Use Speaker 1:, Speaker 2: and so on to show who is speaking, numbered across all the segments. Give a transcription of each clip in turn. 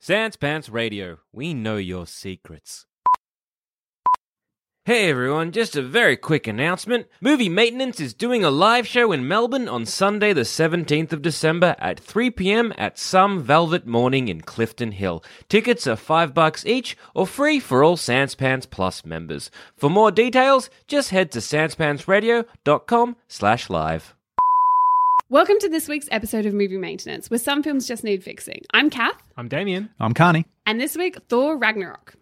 Speaker 1: Sans Pants Radio, we know your secrets. Hey everyone, just a very quick announcement. Movie Maintenance is doing a live show in Melbourne on Sunday, the 17th of December at 3 pm at Some Velvet Morning in Clifton Hill. Tickets are 5 bucks each or free for all Sans Pants Plus members. For more details, just head to sanspantsradio.com slash live.
Speaker 2: Welcome to this week's episode of Movie Maintenance, where some films just need fixing. I'm Kath,
Speaker 3: I'm Damien.
Speaker 4: I'm Carney.
Speaker 2: and this week, Thor Ragnarok.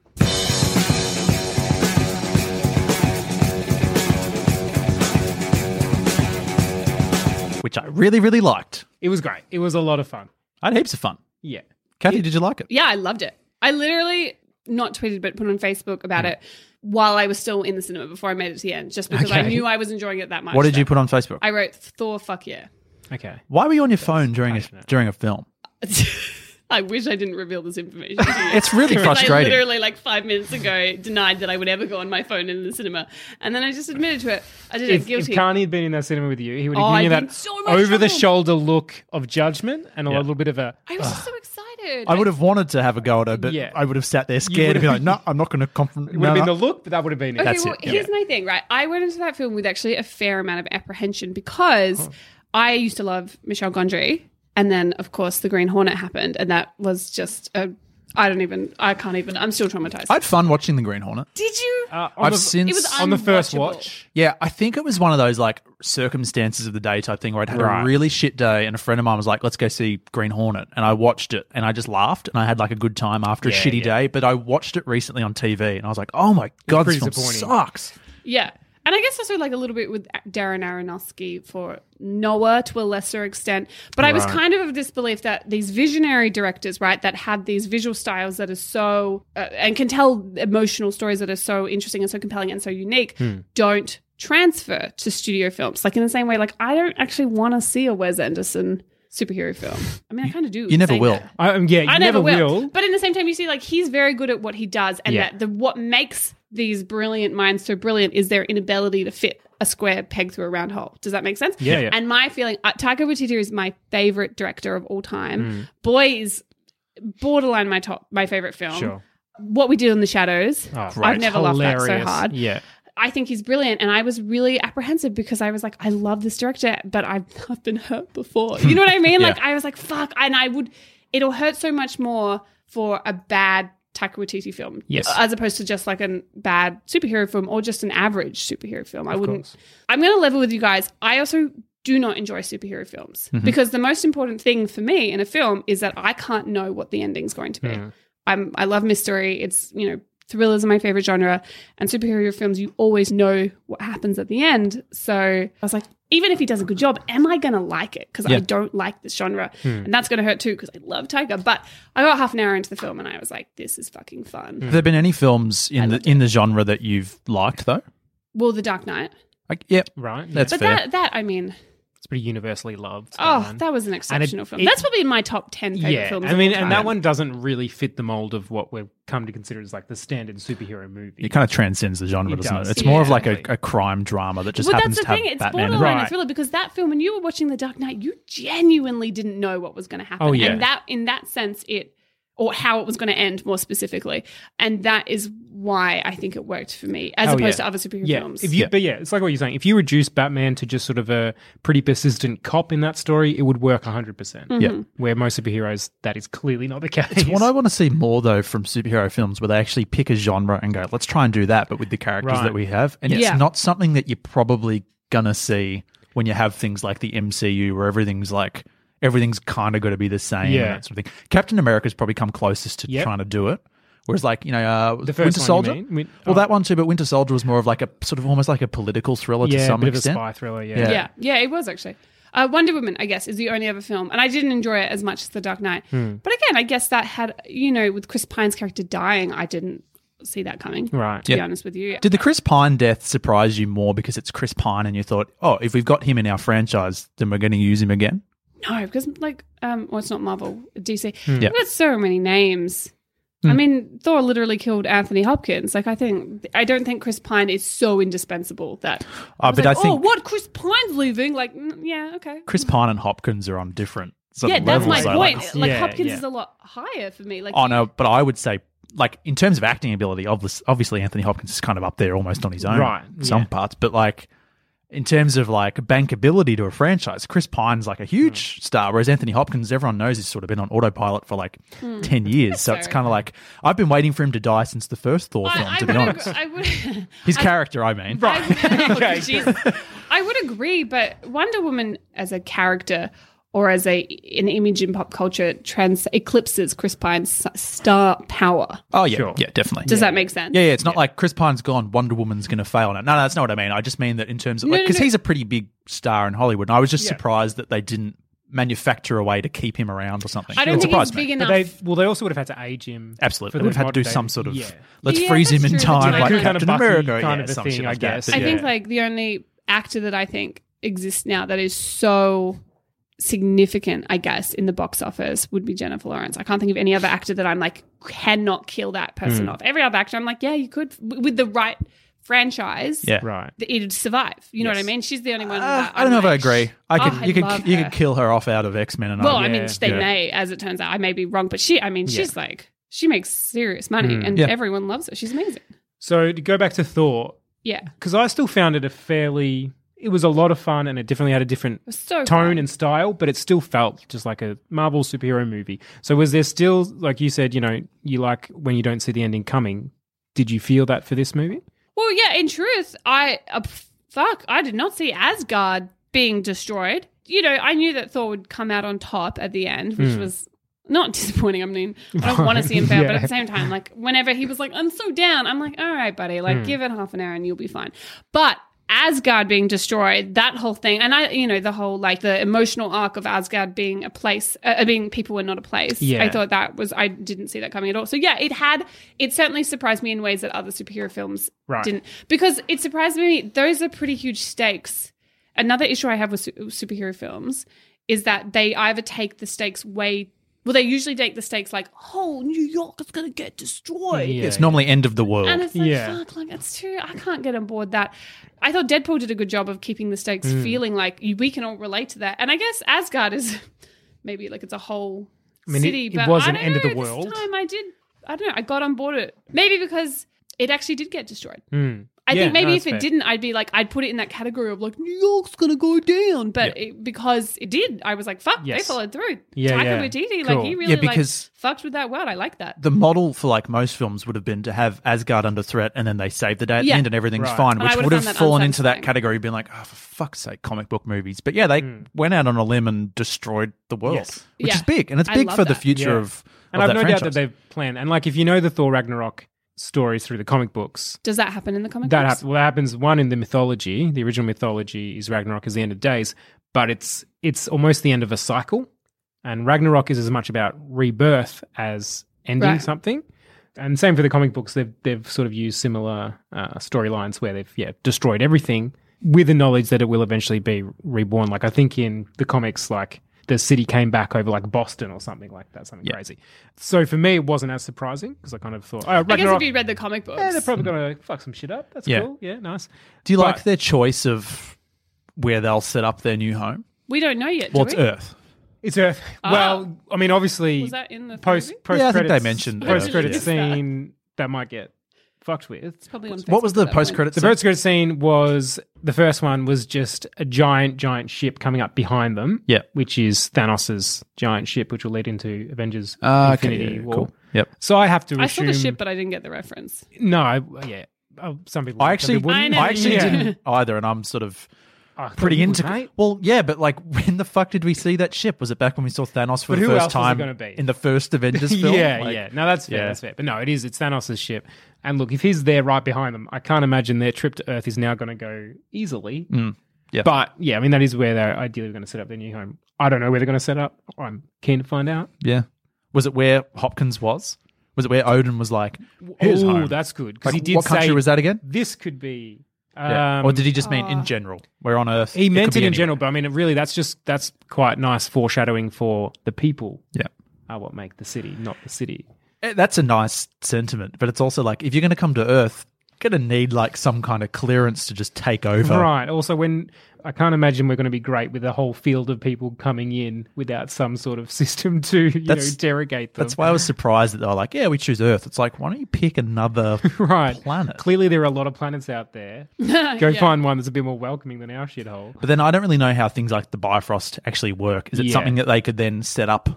Speaker 4: which I really, really liked.
Speaker 5: It was great. It was a lot of fun.
Speaker 4: I had heaps of fun.
Speaker 5: Yeah.
Speaker 4: Kathy, did you like it?
Speaker 2: Yeah, I loved it. I literally not tweeted but put on Facebook
Speaker 4: Mm.
Speaker 2: about it while I was still in the cinema before I made it to the end, just because I
Speaker 4: Okay.
Speaker 2: knew I was enjoying it that much.
Speaker 4: What did you put on Facebook?
Speaker 2: I wrote Thor fuck yeah.
Speaker 5: Okay.
Speaker 4: Why were you on your phone during a, during a film?
Speaker 2: I wish I didn't reveal this information. to you.
Speaker 4: It's really
Speaker 2: Because I
Speaker 4: frustrating.
Speaker 2: literally, like five minutes ago, denied that I would ever go on my phone in the cinema, and then I just admitted to it. I did
Speaker 5: If,
Speaker 2: it
Speaker 5: if
Speaker 2: guilty.
Speaker 5: Carney had been in that cinema with you, he would
Speaker 2: Oh,
Speaker 5: have given
Speaker 2: I'd
Speaker 5: you
Speaker 2: been
Speaker 5: that
Speaker 2: so much
Speaker 5: over the
Speaker 2: trouble.
Speaker 5: shoulder look of judgment and a little bit of a.
Speaker 2: I was just so excited.
Speaker 4: I would have wanted to have a go at her, but
Speaker 5: Yeah.
Speaker 4: I would have sat there scared and been like, no, I'm not going to confront.
Speaker 5: It would have
Speaker 4: no,
Speaker 5: been
Speaker 4: no."
Speaker 5: the look, but that would have been it.
Speaker 2: Okay,
Speaker 4: That's
Speaker 2: well,
Speaker 4: it, yeah.
Speaker 2: here's my thing, right? I went into that film with actually a fair amount of apprehension because I used to love Michelle Gondry, and then of course the Green Hornet happened, and that was just a. I don't even. I can't even. I'm still traumatized.
Speaker 4: I had fun watching The Green Hornet.
Speaker 2: Did you?
Speaker 5: Uh, on
Speaker 4: I've
Speaker 5: the,
Speaker 4: since.
Speaker 2: it was
Speaker 5: on the first
Speaker 2: unwatchable.
Speaker 5: watch.
Speaker 4: yeah, I think it was one of those like circumstances of the day type thing where I'd had
Speaker 5: Right.
Speaker 4: a really shit day and a friend of mine was like, let's go see Green Hornet. And I watched it and I just laughed and I had like a good time after a
Speaker 5: Yeah,
Speaker 4: shitty
Speaker 5: yeah.
Speaker 4: day. But I watched it recently on TV and I was like, oh my God, this
Speaker 5: pretty
Speaker 4: film
Speaker 5: disappointing.
Speaker 4: sucks.
Speaker 2: yeah. And I guess also like a little bit with Darren Aronofsky for Noah to a lesser extent. But I was kind of of this belief that these visionary directors, right, that have these visual styles that are so, uh, and can tell emotional stories that are so interesting and so compelling and so unique,
Speaker 4: Hmm.
Speaker 2: don't transfer to studio films. Like in the same way, like I don't actually want to see a Wes Anderson superhero film. I mean, I kind of do.
Speaker 4: You never
Speaker 2: saying
Speaker 4: will.
Speaker 2: that.
Speaker 5: I, um, yeah, you
Speaker 2: I
Speaker 5: never,
Speaker 2: never,
Speaker 5: will.
Speaker 2: will. But in the same time, you see, like he's very good at what he does, and
Speaker 5: Yeah.
Speaker 2: that the what makes these brilliant minds so brilliant is their inability to fit a square peg through a round hole. Does that make sense?
Speaker 5: Yeah, yeah.
Speaker 2: And my feeling, uh, Taika Waititi is my favorite director of all time.
Speaker 5: Mm.
Speaker 2: Boy is borderline my top, my favorite film.
Speaker 5: Sure.
Speaker 2: What we did in the shadows.
Speaker 5: Oh,
Speaker 2: I've never laughed that so
Speaker 5: Hilarious.
Speaker 2: hard.
Speaker 5: Yeah.
Speaker 2: I think he's brilliant. And I was really apprehensive because I was like, I love this director, but I've, I've been hurt before. You know what I mean? Like, I was like, fuck. And I would, it'll hurt so much more for a bad Taika Waititi film.
Speaker 5: Yes.
Speaker 2: As opposed to just like a bad superhero film or just an average superhero film. I wouldn't, I'm going to level with you guys. I also do not enjoy superhero films
Speaker 4: Mm-hmm.
Speaker 2: because the most important thing for me in a film is that I can't know what the ending's going to be.
Speaker 4: Hmm.
Speaker 2: I'm I love mystery. It's you know thrillers are my favorite genre, and superhero films you always know what happens at the end. So I was like, even if he does a good job, am I going to like it? Because I
Speaker 4: Yeah. Hmm.
Speaker 2: don't like this genre, and that's going to hurt too because I love Tiger. But I got half an hour into the film and I was like, this is fucking fun.
Speaker 5: Hmm.
Speaker 4: Have there been any films in the in the genre that you've liked though?
Speaker 2: Well, The Dark Knight,
Speaker 4: Like, yep,
Speaker 5: Right. Yeah.
Speaker 4: that's
Speaker 2: but
Speaker 4: fair.
Speaker 2: that that I mean.
Speaker 5: It's pretty universally loved.
Speaker 2: Oh,
Speaker 5: one.
Speaker 2: that was an exceptional film.
Speaker 5: it-
Speaker 2: That's probably in my top ten favorite
Speaker 5: yeah.
Speaker 2: films.
Speaker 5: I
Speaker 2: of
Speaker 5: mean,
Speaker 2: all
Speaker 5: and that
Speaker 2: time.
Speaker 5: one doesn't really fit the mold of what we've come to consider as like the standard superhero movie.
Speaker 4: it kind of transcends the genre,
Speaker 5: It
Speaker 4: doesn't
Speaker 5: does.
Speaker 4: it? It's more of like a,
Speaker 5: Exactly.
Speaker 4: a crime drama that just
Speaker 2: well,
Speaker 4: happens
Speaker 2: that's the
Speaker 4: to have
Speaker 2: thing. It's
Speaker 4: Batman. in it.
Speaker 2: borderline
Speaker 5: Right.
Speaker 2: a thriller because that film, when you were watching The Dark Knight, you genuinely didn't know what was going to happen.
Speaker 5: Oh, yeah.
Speaker 2: And that, in that sense, it or how it was going to end more specifically. And that is why I think it worked for me as
Speaker 5: Oh,
Speaker 2: opposed
Speaker 5: yeah.
Speaker 2: to other superhero
Speaker 5: Yeah.
Speaker 2: films.
Speaker 5: If you, But yeah, it's like what you're saying. If you reduce Batman to just sort of a pretty persistent cop in that story, it would work 100%. percent
Speaker 2: Mm-hmm.
Speaker 4: Yeah.
Speaker 5: Where most superheroes, that is clearly not the case.
Speaker 4: It's what I want to see more though from superhero films where they actually pick a genre and go, let's try and do that, but with the characters
Speaker 5: Right.
Speaker 4: that we have. And
Speaker 2: Yeah.
Speaker 4: it's not something that you're probably gonna see when you have things like the MCU where everything's like everything's kinda gotta be the same
Speaker 5: Yeah.
Speaker 4: and that sort of thing. Captain America's probably come closest to
Speaker 5: Yep.
Speaker 4: trying to do it. Whereas like, you know, uh
Speaker 5: The first
Speaker 4: Winter
Speaker 5: one you
Speaker 4: Soldier.
Speaker 5: mean? Win-
Speaker 4: well
Speaker 5: oh.
Speaker 4: that one too, but Winter Soldier was more of like a sort of almost like a political thriller
Speaker 5: yeah,
Speaker 4: to some
Speaker 5: a bit
Speaker 4: extent.
Speaker 5: of a spy thriller. Yeah.
Speaker 4: Yeah.
Speaker 2: yeah, yeah, it was actually. Uh, Wonder Woman, I guess, is the only other film, and I didn't enjoy it as much as The Dark Knight.
Speaker 5: Hmm.
Speaker 2: But again, I guess that had you know, with Chris Pine's character dying, I didn't see that coming.
Speaker 5: Right.
Speaker 2: To be
Speaker 4: Yeah.
Speaker 2: honest with you,
Speaker 4: Did the Chris Pine death surprise you more because it's Chris Pine and you thought, oh, if we've got him in our franchise, then we're going to use him again?
Speaker 2: no, because like, um, well, it's not Marvel, DC.
Speaker 4: Yeah.
Speaker 2: We've got so many names. I
Speaker 4: Hmm.
Speaker 2: mean, Thor literally killed Anthony Hopkins. Like, I think I don't think Chris Pine is so indispensable that.
Speaker 4: Uh,
Speaker 2: was
Speaker 4: but
Speaker 2: like,
Speaker 4: I think
Speaker 2: oh, what Chris Pine's leaving? Like, mm, yeah, okay.
Speaker 4: Chris Pine and Hopkins are on different sort
Speaker 2: yeah,
Speaker 4: of
Speaker 2: that's my
Speaker 4: levels. though. Like,
Speaker 2: point. Like,
Speaker 5: Yeah,
Speaker 2: Hopkins
Speaker 5: yeah.
Speaker 2: is a lot higher for me. Like,
Speaker 4: oh no, but I would say, like in terms of acting ability, obvious- obviously Anthony Hopkins is kind of up there almost on his own,
Speaker 5: Right,
Speaker 4: in Some
Speaker 5: yeah.
Speaker 4: parts, but like in terms of like bankability to a franchise, Chris Pine's like a
Speaker 2: Hmm.
Speaker 4: huge star, whereas Anthony Hopkins, everyone knows, he's sort of been on autopilot for like
Speaker 2: Hmm.
Speaker 4: ten years. so it's
Speaker 2: fair
Speaker 4: kind of like I've been waiting for him to die since the first Thor film,
Speaker 2: I, I
Speaker 4: to be
Speaker 2: would
Speaker 4: honest.
Speaker 2: ag- I would.
Speaker 4: His character, I mean.
Speaker 2: I would, jeez. I would agree, but Wonder Woman as a character or as a an image in pop culture trans eclipses Chris Pine's s- star power.
Speaker 4: Oh yeah,
Speaker 5: Sure.
Speaker 4: yeah, definitely.
Speaker 2: Does that make sense?
Speaker 4: yeah, yeah, it's not like Chris Pine's gone. Wonder Woman's going to fail on it. No, no, that's not what I mean. I just mean that in terms of
Speaker 2: No,
Speaker 4: like
Speaker 2: no,
Speaker 4: because
Speaker 2: no.
Speaker 4: he's a pretty big star in Hollywood, and I was just
Speaker 5: Yeah.
Speaker 4: surprised that they didn't manufacture a way to keep him around or something.
Speaker 2: I don't
Speaker 4: It
Speaker 2: think he's
Speaker 4: surprised me.
Speaker 2: big
Speaker 5: But
Speaker 2: enough.
Speaker 5: they well, they also would have had to age him.
Speaker 4: Absolutely,
Speaker 5: for
Speaker 4: they would
Speaker 5: the
Speaker 4: have had to do
Speaker 5: modern
Speaker 4: some
Speaker 5: day-
Speaker 4: sort of
Speaker 5: Yeah.
Speaker 4: let's
Speaker 2: Yeah,
Speaker 4: freeze him
Speaker 2: that's
Speaker 4: in
Speaker 2: true. That's
Speaker 4: time,
Speaker 2: like
Speaker 4: like
Speaker 2: kind of
Speaker 4: Captain
Speaker 5: Bucky
Speaker 4: America,
Speaker 5: kind
Speaker 4: yeah,
Speaker 5: of a
Speaker 4: some
Speaker 5: thing,
Speaker 4: shit
Speaker 5: I
Speaker 4: like that,
Speaker 5: guess.
Speaker 4: but
Speaker 2: I
Speaker 4: yeah.
Speaker 2: think like the only actor that I think exists now that is so significant, I guess, in the box office would be Jennifer Lawrence. I can't think of any other actor that I'm like cannot kill that
Speaker 4: Hmm.
Speaker 2: person off. Every other actor, I'm like, yeah, you could w- with the right franchise.
Speaker 4: yeah.
Speaker 5: Right.
Speaker 2: that it'd survive. You know what I mean? She's the only one.
Speaker 4: Uh,
Speaker 2: that
Speaker 4: I don't know
Speaker 2: I'm
Speaker 4: if I
Speaker 2: like,
Speaker 4: agree. I
Speaker 2: "Oh,
Speaker 4: could, you
Speaker 2: love
Speaker 4: could, you
Speaker 2: her."
Speaker 4: could kill her off out of X Men, and
Speaker 2: Well,
Speaker 4: I,
Speaker 2: I mean,
Speaker 5: yeah,
Speaker 2: they
Speaker 4: yeah.
Speaker 2: may, as it turns out. I may be wrong, but she. I mean, she's like she makes serious money,
Speaker 4: Mm.
Speaker 2: and
Speaker 4: Yeah.
Speaker 2: everyone loves her. She's amazing.
Speaker 5: So to go back to Thor,
Speaker 2: Yeah,
Speaker 5: because I still found it a fairly. It was a lot of fun, and it definitely had a different
Speaker 2: was so
Speaker 5: tone
Speaker 2: fun.
Speaker 5: and style, but it still felt just like a Marvel superhero movie. So was there still, like you said, you know, you like when you don't see the ending coming? Did you feel that for this movie?
Speaker 2: Well, yeah, in truth, I uh, f- fuck, I did not see Asgard being destroyed. You know, I knew that Thor would come out on top at the end, which was not disappointing. I mean, I don't want to see him fail, but at the same time, like whenever he was like, "I'm so down," I'm like, "All right, buddy, like give it half an hour and you'll be fine." But Asgard being destroyed, that whole thing, and I, you know, the whole like the emotional arc of Asgard being a place, uh, being people and not a place.
Speaker 5: Yeah.
Speaker 2: I thought that was I didn't see that coming at all. So yeah, it had it certainly surprised me in ways that other superhero films
Speaker 5: Right.
Speaker 2: didn't because it surprised me. Those are pretty huge stakes. Another issue I have with su- superhero films is that they either take the stakes way well, they usually take the stakes like, oh, New York is going to get destroyed.
Speaker 4: it's normally end of the world.
Speaker 2: And it's like,
Speaker 5: Yeah.
Speaker 2: fuck, like, it's too, I can't get on board that. I thought Deadpool did a good job of keeping the stakes
Speaker 5: Hmm.
Speaker 2: feeling like you- we can all relate to that. And I guess Asgard is maybe like it's a whole
Speaker 5: mean, it-
Speaker 2: city,
Speaker 5: it
Speaker 2: but
Speaker 5: was
Speaker 2: I
Speaker 5: an
Speaker 2: don't
Speaker 5: end
Speaker 2: know,
Speaker 5: of the
Speaker 2: this
Speaker 5: world.
Speaker 2: time I did, I don't know, I got on board it. Maybe because it actually did get destroyed.
Speaker 4: Hmm.
Speaker 2: I
Speaker 5: Yeah,
Speaker 2: think maybe
Speaker 5: no,
Speaker 2: if
Speaker 5: that's
Speaker 2: it
Speaker 5: fair.
Speaker 2: didn't, I'd be like, I'd put it in that category of like, New York's going to go down. But it, because it did, I was like, fuck,
Speaker 5: Yes.
Speaker 2: they followed through.
Speaker 5: Yeah,
Speaker 2: Taika
Speaker 5: yeah.
Speaker 2: Waititi,
Speaker 5: Cool.
Speaker 2: like, he
Speaker 5: Yeah,
Speaker 2: really
Speaker 4: because-
Speaker 2: like, fucked with that world. I like that.
Speaker 4: the model for like most films would have been to have Asgard under threat and then they save the day at
Speaker 2: Yeah.
Speaker 4: the end and everything's
Speaker 5: Right.
Speaker 4: fine,
Speaker 2: And
Speaker 4: which
Speaker 2: I would
Speaker 4: would
Speaker 2: have
Speaker 4: have
Speaker 2: found that
Speaker 4: fallen into that
Speaker 2: unsatisfying.
Speaker 4: category, been like, oh, for fuck's sake, comic book movies. But yeah, they went out on a limb and destroyed the world,
Speaker 5: Hmm. Yes.
Speaker 4: which
Speaker 2: Yeah.
Speaker 4: is big. And it's
Speaker 2: I
Speaker 4: big
Speaker 2: love
Speaker 4: for the
Speaker 2: that.
Speaker 4: future
Speaker 5: Yeah.
Speaker 4: of,
Speaker 5: And
Speaker 4: of
Speaker 5: I've
Speaker 4: that
Speaker 5: no
Speaker 4: franchise.
Speaker 5: doubt that they've planned. And like, if you know the Thor Ragnarok stories through the comic books,
Speaker 2: Does that happen in the comic
Speaker 5: that
Speaker 2: books?
Speaker 5: happens. Well, that happens one in the mythology. The original mythology is Ragnarok is the end of days, but it's it's almost the end of a cycle, and Ragnarok is as much about rebirth as ending
Speaker 2: Right.
Speaker 5: something. And same for the comic books. They've they've sort of used similar uh, storylines where they've yeah destroyed everything with the knowledge that it will eventually be reborn. Like I think in the comics, like the city came back over like Boston or something like that, something crazy. So for me, it wasn't as surprising because I kind of thought, oh, Ragnarok.
Speaker 2: I guess if you read the comic books.
Speaker 5: Yeah, they're probably gonna fuck some shit up. That's
Speaker 4: Yeah.
Speaker 5: cool. Yeah, nice.
Speaker 4: Do you
Speaker 5: But-
Speaker 4: like their choice of where they'll set up their new home?
Speaker 2: We don't know yet.
Speaker 4: Well,
Speaker 2: do
Speaker 4: it's
Speaker 2: we?
Speaker 4: Earth.
Speaker 5: It's Earth.
Speaker 2: Ah.
Speaker 5: Well, I mean, obviously,
Speaker 2: Was that in the
Speaker 5: post
Speaker 2: movie?
Speaker 5: post
Speaker 4: Yeah, I think
Speaker 5: credits,
Speaker 4: they mentioned Earth,
Speaker 5: post credit
Speaker 2: yeah.
Speaker 5: scene that might get fucked with.
Speaker 2: It's probably on
Speaker 4: What was
Speaker 2: Facebook
Speaker 4: the
Speaker 2: at that point.
Speaker 4: post credits?
Speaker 5: The post credit scene was the first one was just a giant, giant ship coming up behind them.
Speaker 4: Yeah.
Speaker 5: which is Thanos' giant ship, which will lead into Avengers
Speaker 4: Ah, okay,
Speaker 5: Infinity
Speaker 4: yeah,
Speaker 5: War.
Speaker 4: cool. Yep.
Speaker 5: So I have to.
Speaker 2: I saw
Speaker 5: assume,
Speaker 2: the ship, but I didn't get the reference.
Speaker 5: no, I, yeah. Oh, some people.
Speaker 4: I
Speaker 5: would, some
Speaker 4: actually,
Speaker 5: people
Speaker 2: I
Speaker 5: wouldn't. Oh,
Speaker 2: know.
Speaker 4: I actually
Speaker 2: Yeah.
Speaker 4: didn't either, and I'm sort of
Speaker 5: I thought
Speaker 4: pretty
Speaker 5: you would,
Speaker 4: into.
Speaker 5: mate.
Speaker 4: Well, yeah, but like, when the fuck did we see that ship? Was it back when we saw Thanos for
Speaker 5: But
Speaker 4: the
Speaker 5: who
Speaker 4: first
Speaker 5: else was it
Speaker 4: time
Speaker 5: gonna be?
Speaker 4: in the first Avengers film?
Speaker 5: Yeah,
Speaker 4: Like,
Speaker 5: yeah. No, that's fair.
Speaker 4: yeah.
Speaker 5: That's fair. But no, it is. It's Thanos' ship. And look, if he's there right behind them, I can't imagine their trip to Earth is now going to go easily.
Speaker 4: yeah.
Speaker 5: But yeah, I mean, that is where they're ideally going to set up their new home. I don't know where they're going to set up. I'm keen to find out.
Speaker 4: yeah. Was it where Hopkins was? Was it where Odin was like, "Here's
Speaker 5: oh,
Speaker 4: home."
Speaker 5: that's good. Because
Speaker 4: Like,
Speaker 5: he did
Speaker 4: what country
Speaker 5: say
Speaker 4: was that again?
Speaker 5: This could be. Um,
Speaker 4: Yeah. or did he just mean in general? We're on Earth.
Speaker 5: he
Speaker 4: could
Speaker 5: meant
Speaker 4: be
Speaker 5: it in
Speaker 4: anywhere.
Speaker 5: general, but I mean, really, that's just that's quite nice foreshadowing for the people
Speaker 4: Yeah.
Speaker 5: are what make the city, not the city.
Speaker 4: Eh, That's a nice sentiment, but it's also like if you're going to come to Earth, you're going to need like some kind of clearance to just take over.
Speaker 5: Right. Also, when I can't imagine we're going to be great with a whole field of people coming in without some sort of system to you know
Speaker 4: That's-
Speaker 5: interrogate them.
Speaker 4: That's why I was surprised that they were like, "Yeah, we choose Earth." It's like, why don't you pick another
Speaker 5: right.
Speaker 4: planet?
Speaker 5: Clearly, there are a lot of planets out there. Go find one that's a bit more welcoming than our shithole.
Speaker 4: But then I don't really know how things like the Bifrost actually work. Is it
Speaker 5: Yeah.
Speaker 4: something that they could then set up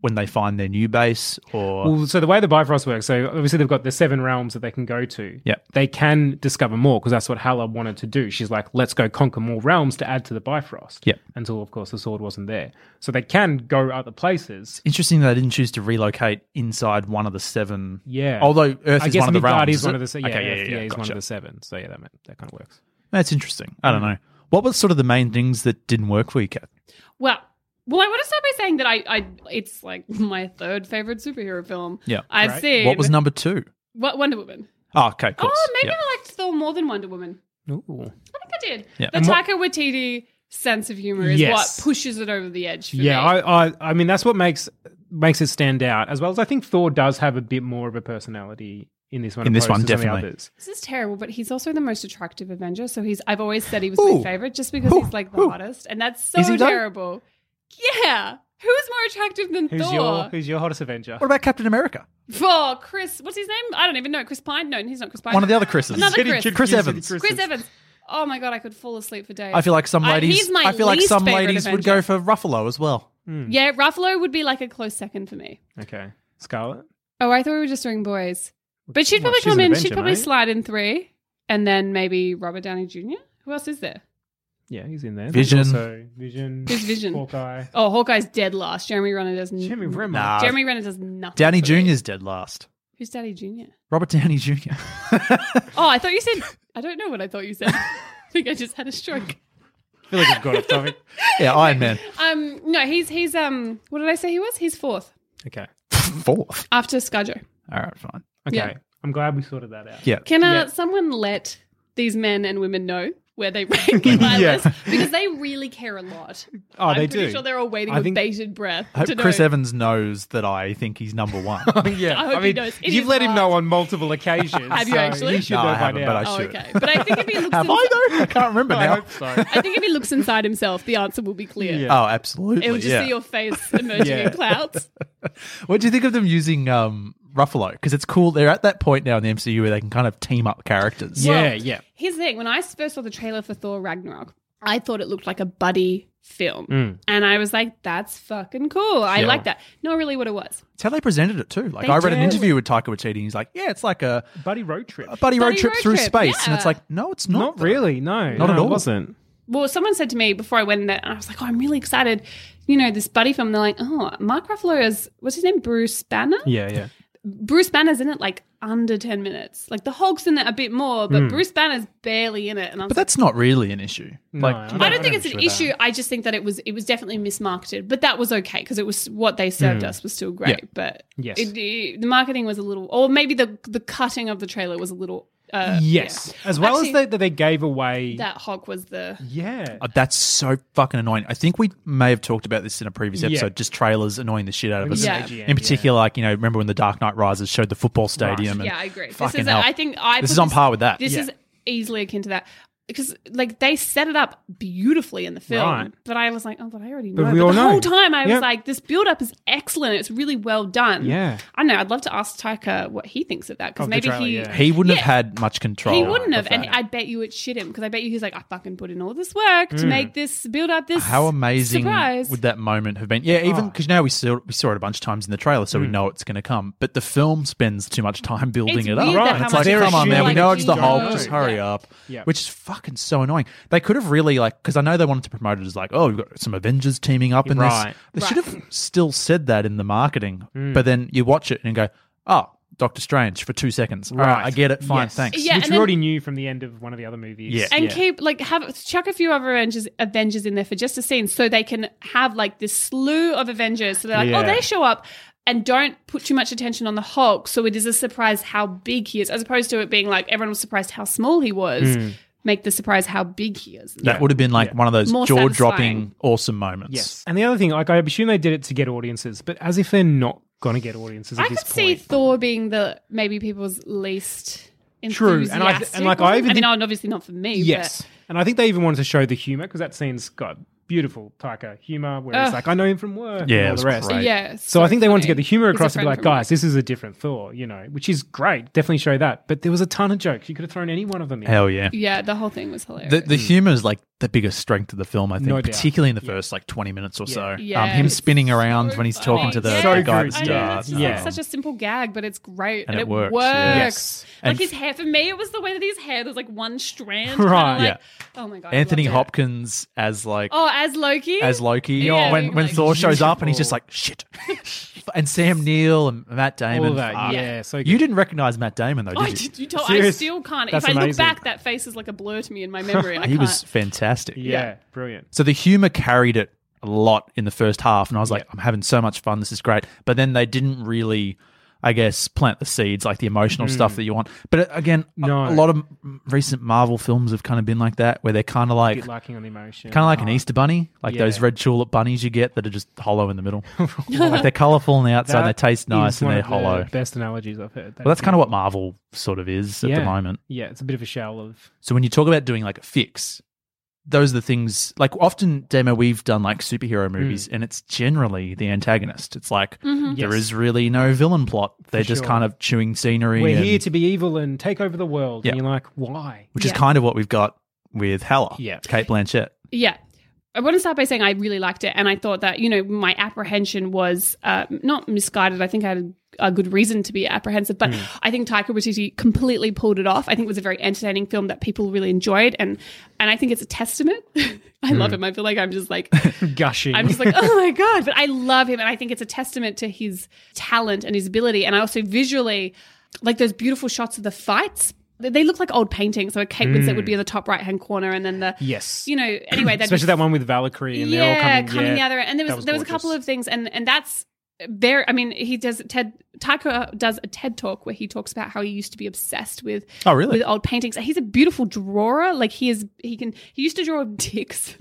Speaker 4: when they find their new base, or
Speaker 5: Well, so the way the Bifrost works, so obviously they've got the seven realms that they can go to.
Speaker 4: Yep.
Speaker 5: They can discover more because that's what Hala wanted to do. She's like, let's go conquer more realms to add to the Bifrost.
Speaker 4: Yep.
Speaker 5: Until, of course, the sword wasn't there. So they can go other places.
Speaker 4: interesting that they didn't choose to relocate inside one of the seven?
Speaker 5: Yeah.
Speaker 4: Although Earth
Speaker 5: I
Speaker 4: is
Speaker 5: guess
Speaker 4: one of the
Speaker 5: Midgard
Speaker 4: realms.
Speaker 5: is
Speaker 4: is
Speaker 5: one
Speaker 4: it?
Speaker 5: of the se- yeah,
Speaker 4: Okay,
Speaker 5: yeah, yeah, is one
Speaker 4: gotcha.
Speaker 5: of the Mm. seven. So yeah, that ma- that kind of works.
Speaker 4: That's interesting. I don't know. What were sort of the main things that didn't work for you, Kat?
Speaker 2: Well, well, I want to start by saying that I, I it's like my third favorite superhero film.
Speaker 4: Yeah.
Speaker 2: I've
Speaker 5: Right.
Speaker 2: seen.
Speaker 4: What was number two?
Speaker 2: Wo- Wonder Woman?
Speaker 4: Oh, okay, of course.
Speaker 2: Oh, maybe
Speaker 4: Yeah.
Speaker 2: I liked Thor more than Wonder Woman.
Speaker 5: Ooh.
Speaker 2: I think I did.
Speaker 4: Yeah.
Speaker 2: The
Speaker 4: And
Speaker 2: Taika Waititi sense of humor is
Speaker 5: Yes.
Speaker 2: what pushes it over the edge. For
Speaker 5: Yeah,
Speaker 2: me.
Speaker 5: I, I I mean that's what makes makes it stand out as well as I think Thor does have a bit more of a personality in this one.
Speaker 4: In this
Speaker 5: opposed
Speaker 4: one,
Speaker 5: to some of the
Speaker 4: definitely.
Speaker 5: others.
Speaker 2: this is terrible, but he's also the most attractive Avenger. So he's I've always said he was
Speaker 4: Ooh.
Speaker 2: my favorite just because
Speaker 4: Ooh.
Speaker 2: he's like the
Speaker 4: Ooh.
Speaker 2: hottest, and that's so
Speaker 4: Is he though?
Speaker 2: terrible. Yeah, who's more attractive than
Speaker 5: Who's
Speaker 2: Thor?
Speaker 5: your who's your hottest Avenger?
Speaker 4: What about Captain America?
Speaker 2: For Chris, what's his name? I don't even know. Chris Pine? No, he's not Chris Pine.
Speaker 4: One of the other Chris's.
Speaker 2: Another Chris.
Speaker 4: Chris Evans.
Speaker 2: Chris Evans. Oh my god, I could fall asleep for days.
Speaker 4: I feel like some
Speaker 2: I-
Speaker 4: ladies.
Speaker 2: he's my
Speaker 4: I, feel like
Speaker 2: least
Speaker 4: some
Speaker 2: favorite
Speaker 4: ladies would
Speaker 2: Avenger.
Speaker 4: go for Ruffalo as well.
Speaker 5: Hmm.
Speaker 2: Yeah, Ruffalo would be like a close second for me.
Speaker 5: Okay, Scarlet.
Speaker 2: Oh, I thought we were just doing boys, but she'd
Speaker 5: Well,
Speaker 2: probably
Speaker 5: she's
Speaker 2: come
Speaker 5: an
Speaker 2: in.
Speaker 5: Avenger,
Speaker 2: she'd probably
Speaker 5: mate.
Speaker 2: slide in three, and then maybe Robert Downey Jr. Who else is there?
Speaker 5: Yeah, he's in there.
Speaker 4: Vision.
Speaker 5: There's also Vision.
Speaker 2: Who's Vision?
Speaker 5: Hawkeye.
Speaker 2: Oh, Hawkeye's dead last. Jeremy Renner does. N-
Speaker 5: Jeremy Renner.
Speaker 4: Nah.
Speaker 2: Jeremy Renner does nothing.
Speaker 4: Downey
Speaker 2: for me.
Speaker 4: Jr.'s dead last.
Speaker 2: Who's Downey Jr.?
Speaker 4: Robert Downey Jr.
Speaker 2: Oh, I thought you said. I don't know what I thought you said. I think I just had a stroke.
Speaker 5: I feel like I've got off topic.
Speaker 4: yeah, Iron Man.
Speaker 2: Um, no, he's he's um. What did I say he was? He's fourth
Speaker 5: Okay.
Speaker 4: Fourth.
Speaker 2: after Scarjo.
Speaker 4: All right, fine.
Speaker 5: Okay.
Speaker 2: Yeah.
Speaker 5: I'm glad we sorted that out.
Speaker 4: Yeah.
Speaker 2: Can uh,
Speaker 5: Yeah.
Speaker 2: someone let these men and women know where they rank in my
Speaker 5: Yeah.
Speaker 2: list? Because they really care a lot.
Speaker 5: Oh,
Speaker 2: I'm
Speaker 5: they
Speaker 2: pretty
Speaker 5: do.
Speaker 2: sure they're all waiting
Speaker 5: I
Speaker 2: with
Speaker 5: think-
Speaker 2: bated breath
Speaker 4: I
Speaker 2: to
Speaker 4: hope Chris
Speaker 2: know.
Speaker 4: Evans knows that I think he's number one.
Speaker 5: yeah.
Speaker 2: I hope he knows. It
Speaker 5: you've
Speaker 2: is
Speaker 5: let him
Speaker 2: hard.
Speaker 5: know on multiple occasions.
Speaker 2: Have you
Speaker 5: so
Speaker 2: actually?
Speaker 5: He should
Speaker 4: No,
Speaker 5: know
Speaker 4: I
Speaker 5: by
Speaker 4: haven't,
Speaker 5: now.
Speaker 4: but I
Speaker 2: Oh,
Speaker 4: should.
Speaker 2: okay. But I think if he looks
Speaker 4: Have
Speaker 2: inside,
Speaker 4: I though? I can't remember
Speaker 5: I
Speaker 4: now.
Speaker 5: hope so.
Speaker 2: I think if he looks inside himself, the answer will be clear.
Speaker 5: Yeah.
Speaker 4: Oh, absolutely.
Speaker 2: It will just
Speaker 4: yeah.
Speaker 2: see your face emerging
Speaker 5: Yeah.
Speaker 2: in clouds.
Speaker 4: What do you think of them using um, Ruffalo? Because it's cool. They're at that point now in the MCU where they can kind of team up characters.
Speaker 5: Yeah, yeah.
Speaker 2: Here's the thing: when I first saw the trailer for Thor Ragnarok, I thought it looked like a buddy film,
Speaker 5: Mm.
Speaker 2: and I was like, "That's fucking cool. I like that." Not really what it was.
Speaker 4: It's how they presented it too. Like
Speaker 2: They
Speaker 4: I read an
Speaker 2: did.
Speaker 4: interview with Taika Waititi. And he's like, yeah, it's like a,
Speaker 5: Buddy road trip.
Speaker 4: a buddy road
Speaker 2: Buddy
Speaker 4: trip
Speaker 2: road
Speaker 4: through
Speaker 2: trip,
Speaker 4: space, and it's
Speaker 2: yeah.
Speaker 4: like, no, it's not.
Speaker 5: Not
Speaker 4: though.
Speaker 5: really, no.
Speaker 4: Not
Speaker 5: no,
Speaker 4: at
Speaker 5: it
Speaker 4: all.
Speaker 5: wasn't.
Speaker 2: Well, someone said to me before I went in there, and I was like, "Oh, I'm really excited." You know, this buddy film. They're like, "Oh, Mark Ruffalo is what's his name? Bruce Banner."
Speaker 5: Yeah, yeah.
Speaker 2: Bruce Banner's in it like under ten minutes. Like the Hulk's in it a bit more,
Speaker 5: Mm.
Speaker 2: but Bruce Banner's barely in it. And I was
Speaker 4: But that's not really an issue. like,
Speaker 5: I
Speaker 2: like, I
Speaker 5: I
Speaker 2: don't think it's
Speaker 5: don't
Speaker 2: an
Speaker 5: issue
Speaker 2: issue. I just think that it was it was definitely mismarketed, but that was okay because it was what they served us was still great. But
Speaker 5: Hmm. Yes.
Speaker 2: it, it- the marketing was a little, or maybe the the cutting of the trailer was a little. Uh,
Speaker 5: Yes. As well
Speaker 2: Actually-
Speaker 5: as they, that they gave away.
Speaker 2: that Hulk was the
Speaker 5: yeah.
Speaker 4: Uh, That's so fucking annoying. I think we may have talked about this in a previous
Speaker 5: Yeah.
Speaker 4: episode. Just trailers annoying the shit out of us.
Speaker 2: Yeah.
Speaker 4: In particular, like you know, remember when the Dark Knight Rises showed the football stadium? and
Speaker 2: Yeah, I agree. This
Speaker 4: Fucking
Speaker 2: is,
Speaker 4: hell.
Speaker 2: I think I.
Speaker 4: This
Speaker 2: put
Speaker 4: is on par with that.
Speaker 2: This
Speaker 4: Yeah.
Speaker 2: is easily akin to that. because like they set it up beautifully in the film,
Speaker 5: Right.
Speaker 2: but I was like, oh, but I already know.
Speaker 5: But
Speaker 2: But
Speaker 5: we all
Speaker 2: the
Speaker 5: know.
Speaker 2: whole time I
Speaker 5: Yep.
Speaker 2: was like, this build up is excellent. It's really well done.
Speaker 5: Yeah.
Speaker 2: I know. I'd love to ask Taika what he thinks of
Speaker 4: Oh,
Speaker 2: that because
Speaker 5: Of the
Speaker 2: maybe
Speaker 5: trailer,
Speaker 2: he
Speaker 5: yeah.
Speaker 4: He wouldn't have
Speaker 2: Yeah.
Speaker 4: had much control.
Speaker 2: he wouldn't have,
Speaker 4: of
Speaker 2: and
Speaker 4: that.
Speaker 2: I bet you it shit him because I bet you he's like, I fucking put in all this work to make this build up. This
Speaker 4: Mm. How amazing
Speaker 2: surprise. Oh.
Speaker 4: would that moment have been? Yeah, even because now we saw we saw it a bunch of times in the trailer, so we know it's going to come. But the film spends too much time building
Speaker 2: Hmm. It's
Speaker 4: it up.
Speaker 2: weird that how
Speaker 4: It's
Speaker 2: much
Speaker 4: like,
Speaker 2: they
Speaker 4: come on,
Speaker 2: shoot,
Speaker 4: man, we
Speaker 2: like,
Speaker 4: know it's the
Speaker 2: you
Speaker 4: Hulk.
Speaker 2: know.
Speaker 4: Just hurry
Speaker 2: Yeah.
Speaker 4: up.
Speaker 5: Yeah.
Speaker 4: Which is fucking so annoying. They could have really like because I know they wanted to promote it as like, oh, we've got some Avengers teaming up in
Speaker 5: Right.
Speaker 4: this. They
Speaker 2: Right. Hmm.
Speaker 4: should have still said that in the marketing, but then you watch it and go, oh, Doctor Strange for two seconds. All right,
Speaker 5: Right.
Speaker 4: I get it. Fine,
Speaker 5: Yes.
Speaker 4: thanks.
Speaker 2: Yeah,
Speaker 5: which
Speaker 2: and
Speaker 5: we
Speaker 2: then-
Speaker 5: already knew from the end of one of the other movies.
Speaker 4: Yeah.
Speaker 2: and keep like have chuck a few other Avengers Avengers in there for just a scene, so they can have like this slew of Avengers. So they're like,
Speaker 5: Yeah.
Speaker 2: oh, they show up, and don't put too much attention on the Hulk, so it is a surprise how big he is, as opposed to it being like everyone was surprised how small he was.
Speaker 5: Hmm.
Speaker 2: Make the surprise how big he is.
Speaker 4: That would have been like one of those
Speaker 2: More
Speaker 4: jaw dropping
Speaker 2: satisfying.
Speaker 4: awesome moments.
Speaker 5: Yes. And the other thing, like I assume they did it to get audiences, but as if they're not going to get audiences at
Speaker 2: I
Speaker 5: this
Speaker 2: could see
Speaker 5: point.
Speaker 2: Thor being the maybe people's least
Speaker 5: True,
Speaker 2: enthusiastic.
Speaker 5: and I- and, like, I even
Speaker 2: mean,
Speaker 5: did-
Speaker 2: oh, obviously not for me.
Speaker 5: yes. And I think they even wanted to show the humor because that scene's got beautiful Taika humor where it's
Speaker 2: Ugh.
Speaker 5: like I know him from work
Speaker 4: Yeah, it
Speaker 5: and all
Speaker 4: was
Speaker 5: the rest.
Speaker 2: but,
Speaker 4: great.
Speaker 2: yeah.
Speaker 5: So, I think they wanted to get the humor
Speaker 2: He's a
Speaker 5: across and be
Speaker 2: friend
Speaker 5: like,
Speaker 2: from
Speaker 5: guys, this is a different Thor, you know, which is great. Definitely show that. But there was a ton of jokes. You could have thrown any one of them in.
Speaker 4: Hell yeah.
Speaker 2: yeah, the whole thing was hilarious.
Speaker 4: The, the humor is like the biggest strength of the film, I think,
Speaker 5: No doubt.
Speaker 4: particularly in the first like 20 minutes or so.
Speaker 2: Yeah.
Speaker 4: Um, him
Speaker 2: It's
Speaker 4: spinning around
Speaker 2: so
Speaker 4: when he's
Speaker 2: funny.
Speaker 4: talking to the,
Speaker 2: Yeah.
Speaker 4: the
Speaker 5: So
Speaker 4: guy at
Speaker 5: good.
Speaker 4: the
Speaker 2: I
Speaker 5: Yeah.
Speaker 2: know
Speaker 4: start.
Speaker 2: that's just
Speaker 5: Yeah.
Speaker 2: like such a simple gag, but it's great
Speaker 4: And it works, yeah. Yes.
Speaker 2: Like
Speaker 4: And-
Speaker 2: his hair for me, it was the way that his hair there's like one strand.
Speaker 5: Right.
Speaker 2: Right. Like, Oh my god. I
Speaker 4: Anthony
Speaker 2: loved it.
Speaker 4: Hopkins as like
Speaker 2: Oh, as Loki.
Speaker 4: as Loki. oh,
Speaker 2: Yeah,
Speaker 4: when
Speaker 2: like-
Speaker 4: when Thor shows up and he's
Speaker 5: beautiful.
Speaker 4: just like shit. and Sam Neill and Matt Damon.
Speaker 5: All that.
Speaker 4: fuck.
Speaker 5: Yeah. So good.
Speaker 4: You didn't recognize Matt Damon though, did
Speaker 2: Oh, I
Speaker 4: you?
Speaker 2: did you tell? I
Speaker 5: Serious?
Speaker 2: still can't.
Speaker 5: That's
Speaker 2: if I look
Speaker 5: amazing.
Speaker 2: back, that face is like a blur to me in my memory. I
Speaker 4: he
Speaker 2: can't.
Speaker 4: was fantastic.
Speaker 5: Yeah. Brilliant.
Speaker 4: So the humor carried it a lot in the first half, and I was like, I'm having so much fun. This is great. But then they didn't really, I guess, plant the seeds like the emotional stuff that you want. But uh, again, a-
Speaker 5: Mm. No.
Speaker 4: a, lot of m- recent Marvel films have kind of been like that, where they're kind of like.
Speaker 5: Bit lacking on emotion. Oh,
Speaker 4: Kind of like an Easter bunny, like
Speaker 5: Yeah.
Speaker 4: those red tulip bunnies you get that are just hollow in the middle. like they're colourful on the outside,
Speaker 5: That
Speaker 4: they taste nice,
Speaker 5: is
Speaker 4: and
Speaker 5: one
Speaker 4: they're
Speaker 5: of the
Speaker 4: hollow.
Speaker 5: Best analogies I've heard.
Speaker 4: Well, that's kind of what Marvel sort of is at
Speaker 5: Yeah.
Speaker 4: the moment.
Speaker 5: Yeah, it's a bit of a shell of.
Speaker 4: So when you talk about doing like a fix, those are the things like often demo we've done like
Speaker 5: Mm.
Speaker 4: superhero movies and it's generally the antagonist. It's like
Speaker 2: Mm-hmm.
Speaker 4: there
Speaker 5: Yes.
Speaker 4: is really no villain plot. They're just
Speaker 5: sure.
Speaker 4: kind of chewing scenery
Speaker 5: We're
Speaker 4: and-
Speaker 5: here to be evil and take over the world.
Speaker 4: Yeah.
Speaker 5: And you're like, why?
Speaker 4: which is
Speaker 2: Yeah.
Speaker 4: kind of what we've got with Hella.
Speaker 5: Yeah.
Speaker 4: Kate Blanchett.
Speaker 2: Yeah. I want to start by saying I really liked it, and I thought that you know my apprehension was uh, not misguided. I think I had a good reason to be apprehensive, but I think Taika Waititi completely pulled it off. I think it was a very entertaining film that people really enjoyed, and and I think it's a testament. I love him. I feel like I'm just like
Speaker 5: Gushing.
Speaker 2: I'm just like, oh my God. But I love him. And I think it's a testament to his talent and his ability. And I also visually like those beautiful shots of the fights. They- They look like old paintings. So a Kate Winslet would be in the top right hand corner. And then the,
Speaker 5: Hmm. Yes.
Speaker 2: you know, anyway, that'd be-
Speaker 5: Especially that one with Valkyrie and they're all coming,
Speaker 2: the other end. And there
Speaker 5: That
Speaker 2: was, there was a
Speaker 5: gorgeous.
Speaker 2: couple of things, and and that's there. I mean, he does Ted Taika does a TED talk where he talks about how he used to be obsessed with
Speaker 4: Oh, really?
Speaker 2: with old paintings. And He's a beautiful drawer. Like he is, he can he used to draw dicks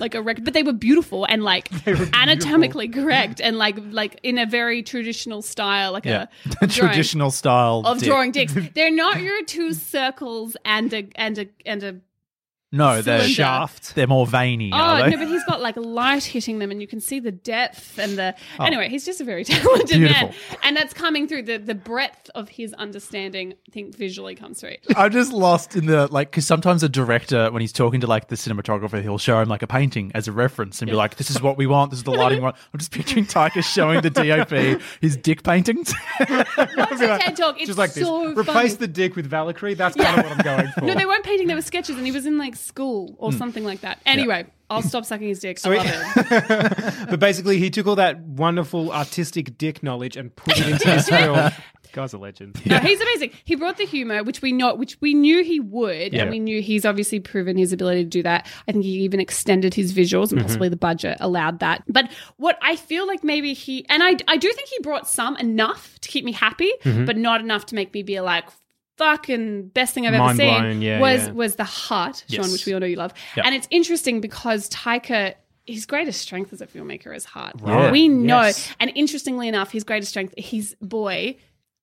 Speaker 2: like a record, but they were beautiful and like anatomically correct and like like in a very traditional style, like a drawing
Speaker 4: Traditional style
Speaker 2: Of
Speaker 4: dick.
Speaker 2: drawing dicks, they're not your two circles and a and a and a
Speaker 4: No, they're
Speaker 2: cylinder.
Speaker 4: shaft. They're more veiny. are
Speaker 2: Oh
Speaker 4: they?
Speaker 2: no, but he's got like light hitting them, and you can see the depth and the.
Speaker 5: Oh.
Speaker 2: Anyway, he's just a very talented
Speaker 4: Beautiful.
Speaker 2: man, and that's coming through the the breadth of his understanding. I think visually comes through.
Speaker 4: I'm just lost in the like because sometimes a director when he's talking to like the cinematographer, he'll show him like a painting as a reference and be like, "This is what we want. This is the lighting we want." I'm just picturing Taika showing the DOP his dick paintings.
Speaker 2: Watch the TED talk; it's
Speaker 5: just like
Speaker 2: so
Speaker 5: this. Replace
Speaker 2: funny.
Speaker 5: the dick with Valkyrie. That's kind of what I'm going for.
Speaker 2: No, they weren't painting; they were sketches, and he was in like school or something like that. Anyway, I'll stop sucking his dick. I
Speaker 5: Hmm. he-
Speaker 2: love it.
Speaker 5: but basically, he took all that wonderful artistic dick knowledge and put it into this film. Guy's a legend.
Speaker 2: No, he's amazing. He brought the humor, which we know, which we knew he would,
Speaker 4: Yeah.
Speaker 2: and we knew he's obviously proven his ability to do that. I think he even extended his visuals,
Speaker 5: Mm-hmm.
Speaker 2: and possibly the budget allowed that. But what I feel like maybe he and I, I do think he brought some enough to keep me happy,
Speaker 5: Mm-hmm.
Speaker 2: but not enough to make me be like. Fucking best thing I've ever
Speaker 5: Mind
Speaker 2: seen
Speaker 5: blown, yeah,
Speaker 2: was
Speaker 5: yeah.
Speaker 2: was the heart, Sean,
Speaker 4: Yes.
Speaker 2: which we all know you love.
Speaker 4: Yep.
Speaker 2: And it's interesting because Taika, his greatest strength as a filmmaker is heart.
Speaker 4: Right.
Speaker 2: We know,
Speaker 5: Yes.
Speaker 2: and interestingly enough, his greatest strength, his boy,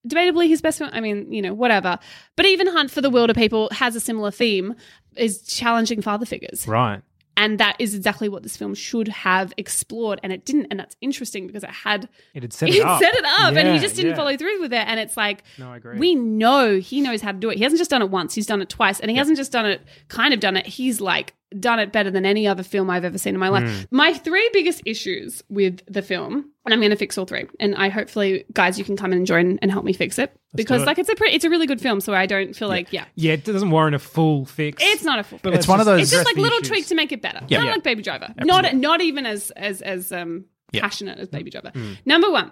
Speaker 2: debatably his best film. I mean, you know, whatever. But even Hunt for the Wilder People has a similar theme: is challenging father figures,
Speaker 5: Right.
Speaker 2: and that is exactly what this film should have explored, and it didn't. And that's interesting because it had
Speaker 5: It had set
Speaker 2: he
Speaker 5: it up.
Speaker 2: set it up and he
Speaker 5: Yeah,
Speaker 2: just didn't
Speaker 5: yeah.
Speaker 2: follow through with it. And it's like,
Speaker 5: No, I agree.
Speaker 2: we know he knows how to do it. He hasn't just done it once, he's done it twice. And he hasn't just done it, kind of done it. He's like, done it better than any other film I've ever seen in my life.
Speaker 5: Hmm.
Speaker 2: My three biggest issues with the film, and I'm going to fix all three. And I hopefully, guys, you can come and join and help me fix it because,
Speaker 4: it.
Speaker 2: like, it's a pretty, it's a really good film. So I don't feel like, yeah,
Speaker 5: Yeah, it doesn't warrant a full fix.
Speaker 2: it's not a full.
Speaker 5: But
Speaker 4: It's
Speaker 5: let's
Speaker 4: one of those-
Speaker 2: It's just
Speaker 4: Address
Speaker 2: like
Speaker 5: the
Speaker 2: little
Speaker 5: issues.
Speaker 2: tweaks to make it better. Kind
Speaker 4: Yeah.
Speaker 2: of like Baby Driver. Not not even as as as um passionate as Baby Driver.
Speaker 5: Mm.
Speaker 2: Number one,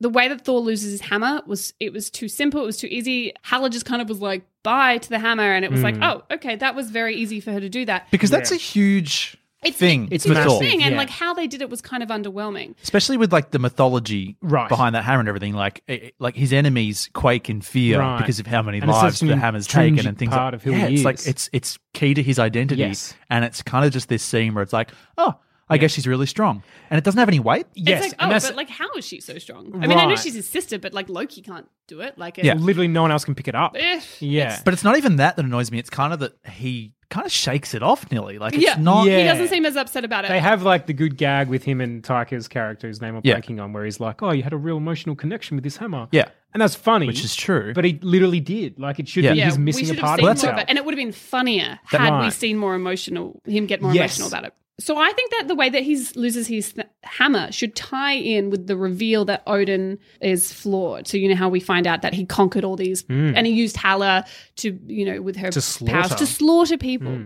Speaker 2: the way that Thor loses his hammer was it was too simple. It was too easy. Hela just kind of was like bye to the hammer, and it was
Speaker 5: Mm.
Speaker 2: like oh okay that was very easy for her to do that.
Speaker 4: because that's a huge thing.
Speaker 5: it's
Speaker 4: for
Speaker 2: a huge
Speaker 4: Thor.
Speaker 5: massive.
Speaker 2: thing, and
Speaker 5: yeah.
Speaker 2: like how they did it was kind of underwhelming.
Speaker 4: especially with like the mythology
Speaker 5: Right.
Speaker 4: behind that hammer and everything. Like, it, it- like his enemies quake in fear
Speaker 5: Right.
Speaker 4: because of how many
Speaker 5: And it's
Speaker 4: lives
Speaker 5: such an
Speaker 4: the hammer's taken and
Speaker 5: intrinsic
Speaker 4: things like.
Speaker 5: part of who
Speaker 4: yeah,
Speaker 5: he
Speaker 4: it's like
Speaker 5: is.
Speaker 4: it's it's key to his identity,
Speaker 5: Yes.
Speaker 4: and it's kind of just this scene where it's like, oh, I guess she's really strong, and it doesn't have any weight.
Speaker 5: Yes,
Speaker 2: it's like
Speaker 5: and
Speaker 2: oh,
Speaker 5: that's-
Speaker 2: but like how is she so strong? I mean, I know
Speaker 5: Right.
Speaker 2: she's his sister, but like Loki can't do it. Like
Speaker 4: Yeah.
Speaker 5: literally no one else can pick it up.
Speaker 2: Eh,
Speaker 5: Yeah.
Speaker 4: But it's not even that that annoys me. It's kind of that he kind of shakes it off nearly. Like, it's
Speaker 2: yeah,
Speaker 4: not.
Speaker 2: he
Speaker 5: Yeah.
Speaker 2: doesn't seem as upset about it.
Speaker 5: They have like the good gag with him and Taika's character, whose name I'm
Speaker 4: Yeah.
Speaker 5: blanking on, where he's like, "Oh, you had a real emotional connection with this hammer."
Speaker 4: Yeah.
Speaker 5: and that's funny,
Speaker 4: Which is true.
Speaker 5: But he literally did. Like it should
Speaker 4: Yeah.
Speaker 5: be
Speaker 4: Yeah,
Speaker 5: he's
Speaker 2: we
Speaker 5: missing
Speaker 2: should
Speaker 5: a
Speaker 2: have
Speaker 5: part of
Speaker 2: seen
Speaker 4: Well, that's
Speaker 2: more
Speaker 5: himself.
Speaker 2: of it. And it would have been funnier
Speaker 4: That-
Speaker 2: had we
Speaker 5: Right.
Speaker 2: seen more emotional, him get more
Speaker 5: Yes.
Speaker 2: emotional about it. So I think that the way that he loses his th- hammer should tie in with the reveal that Odin is flawed. So you know how we find out that he conquered all these, and he used Hala to, you know, with her powers
Speaker 5: Hmm. slaughter. Hmm.
Speaker 2: to slaughter people.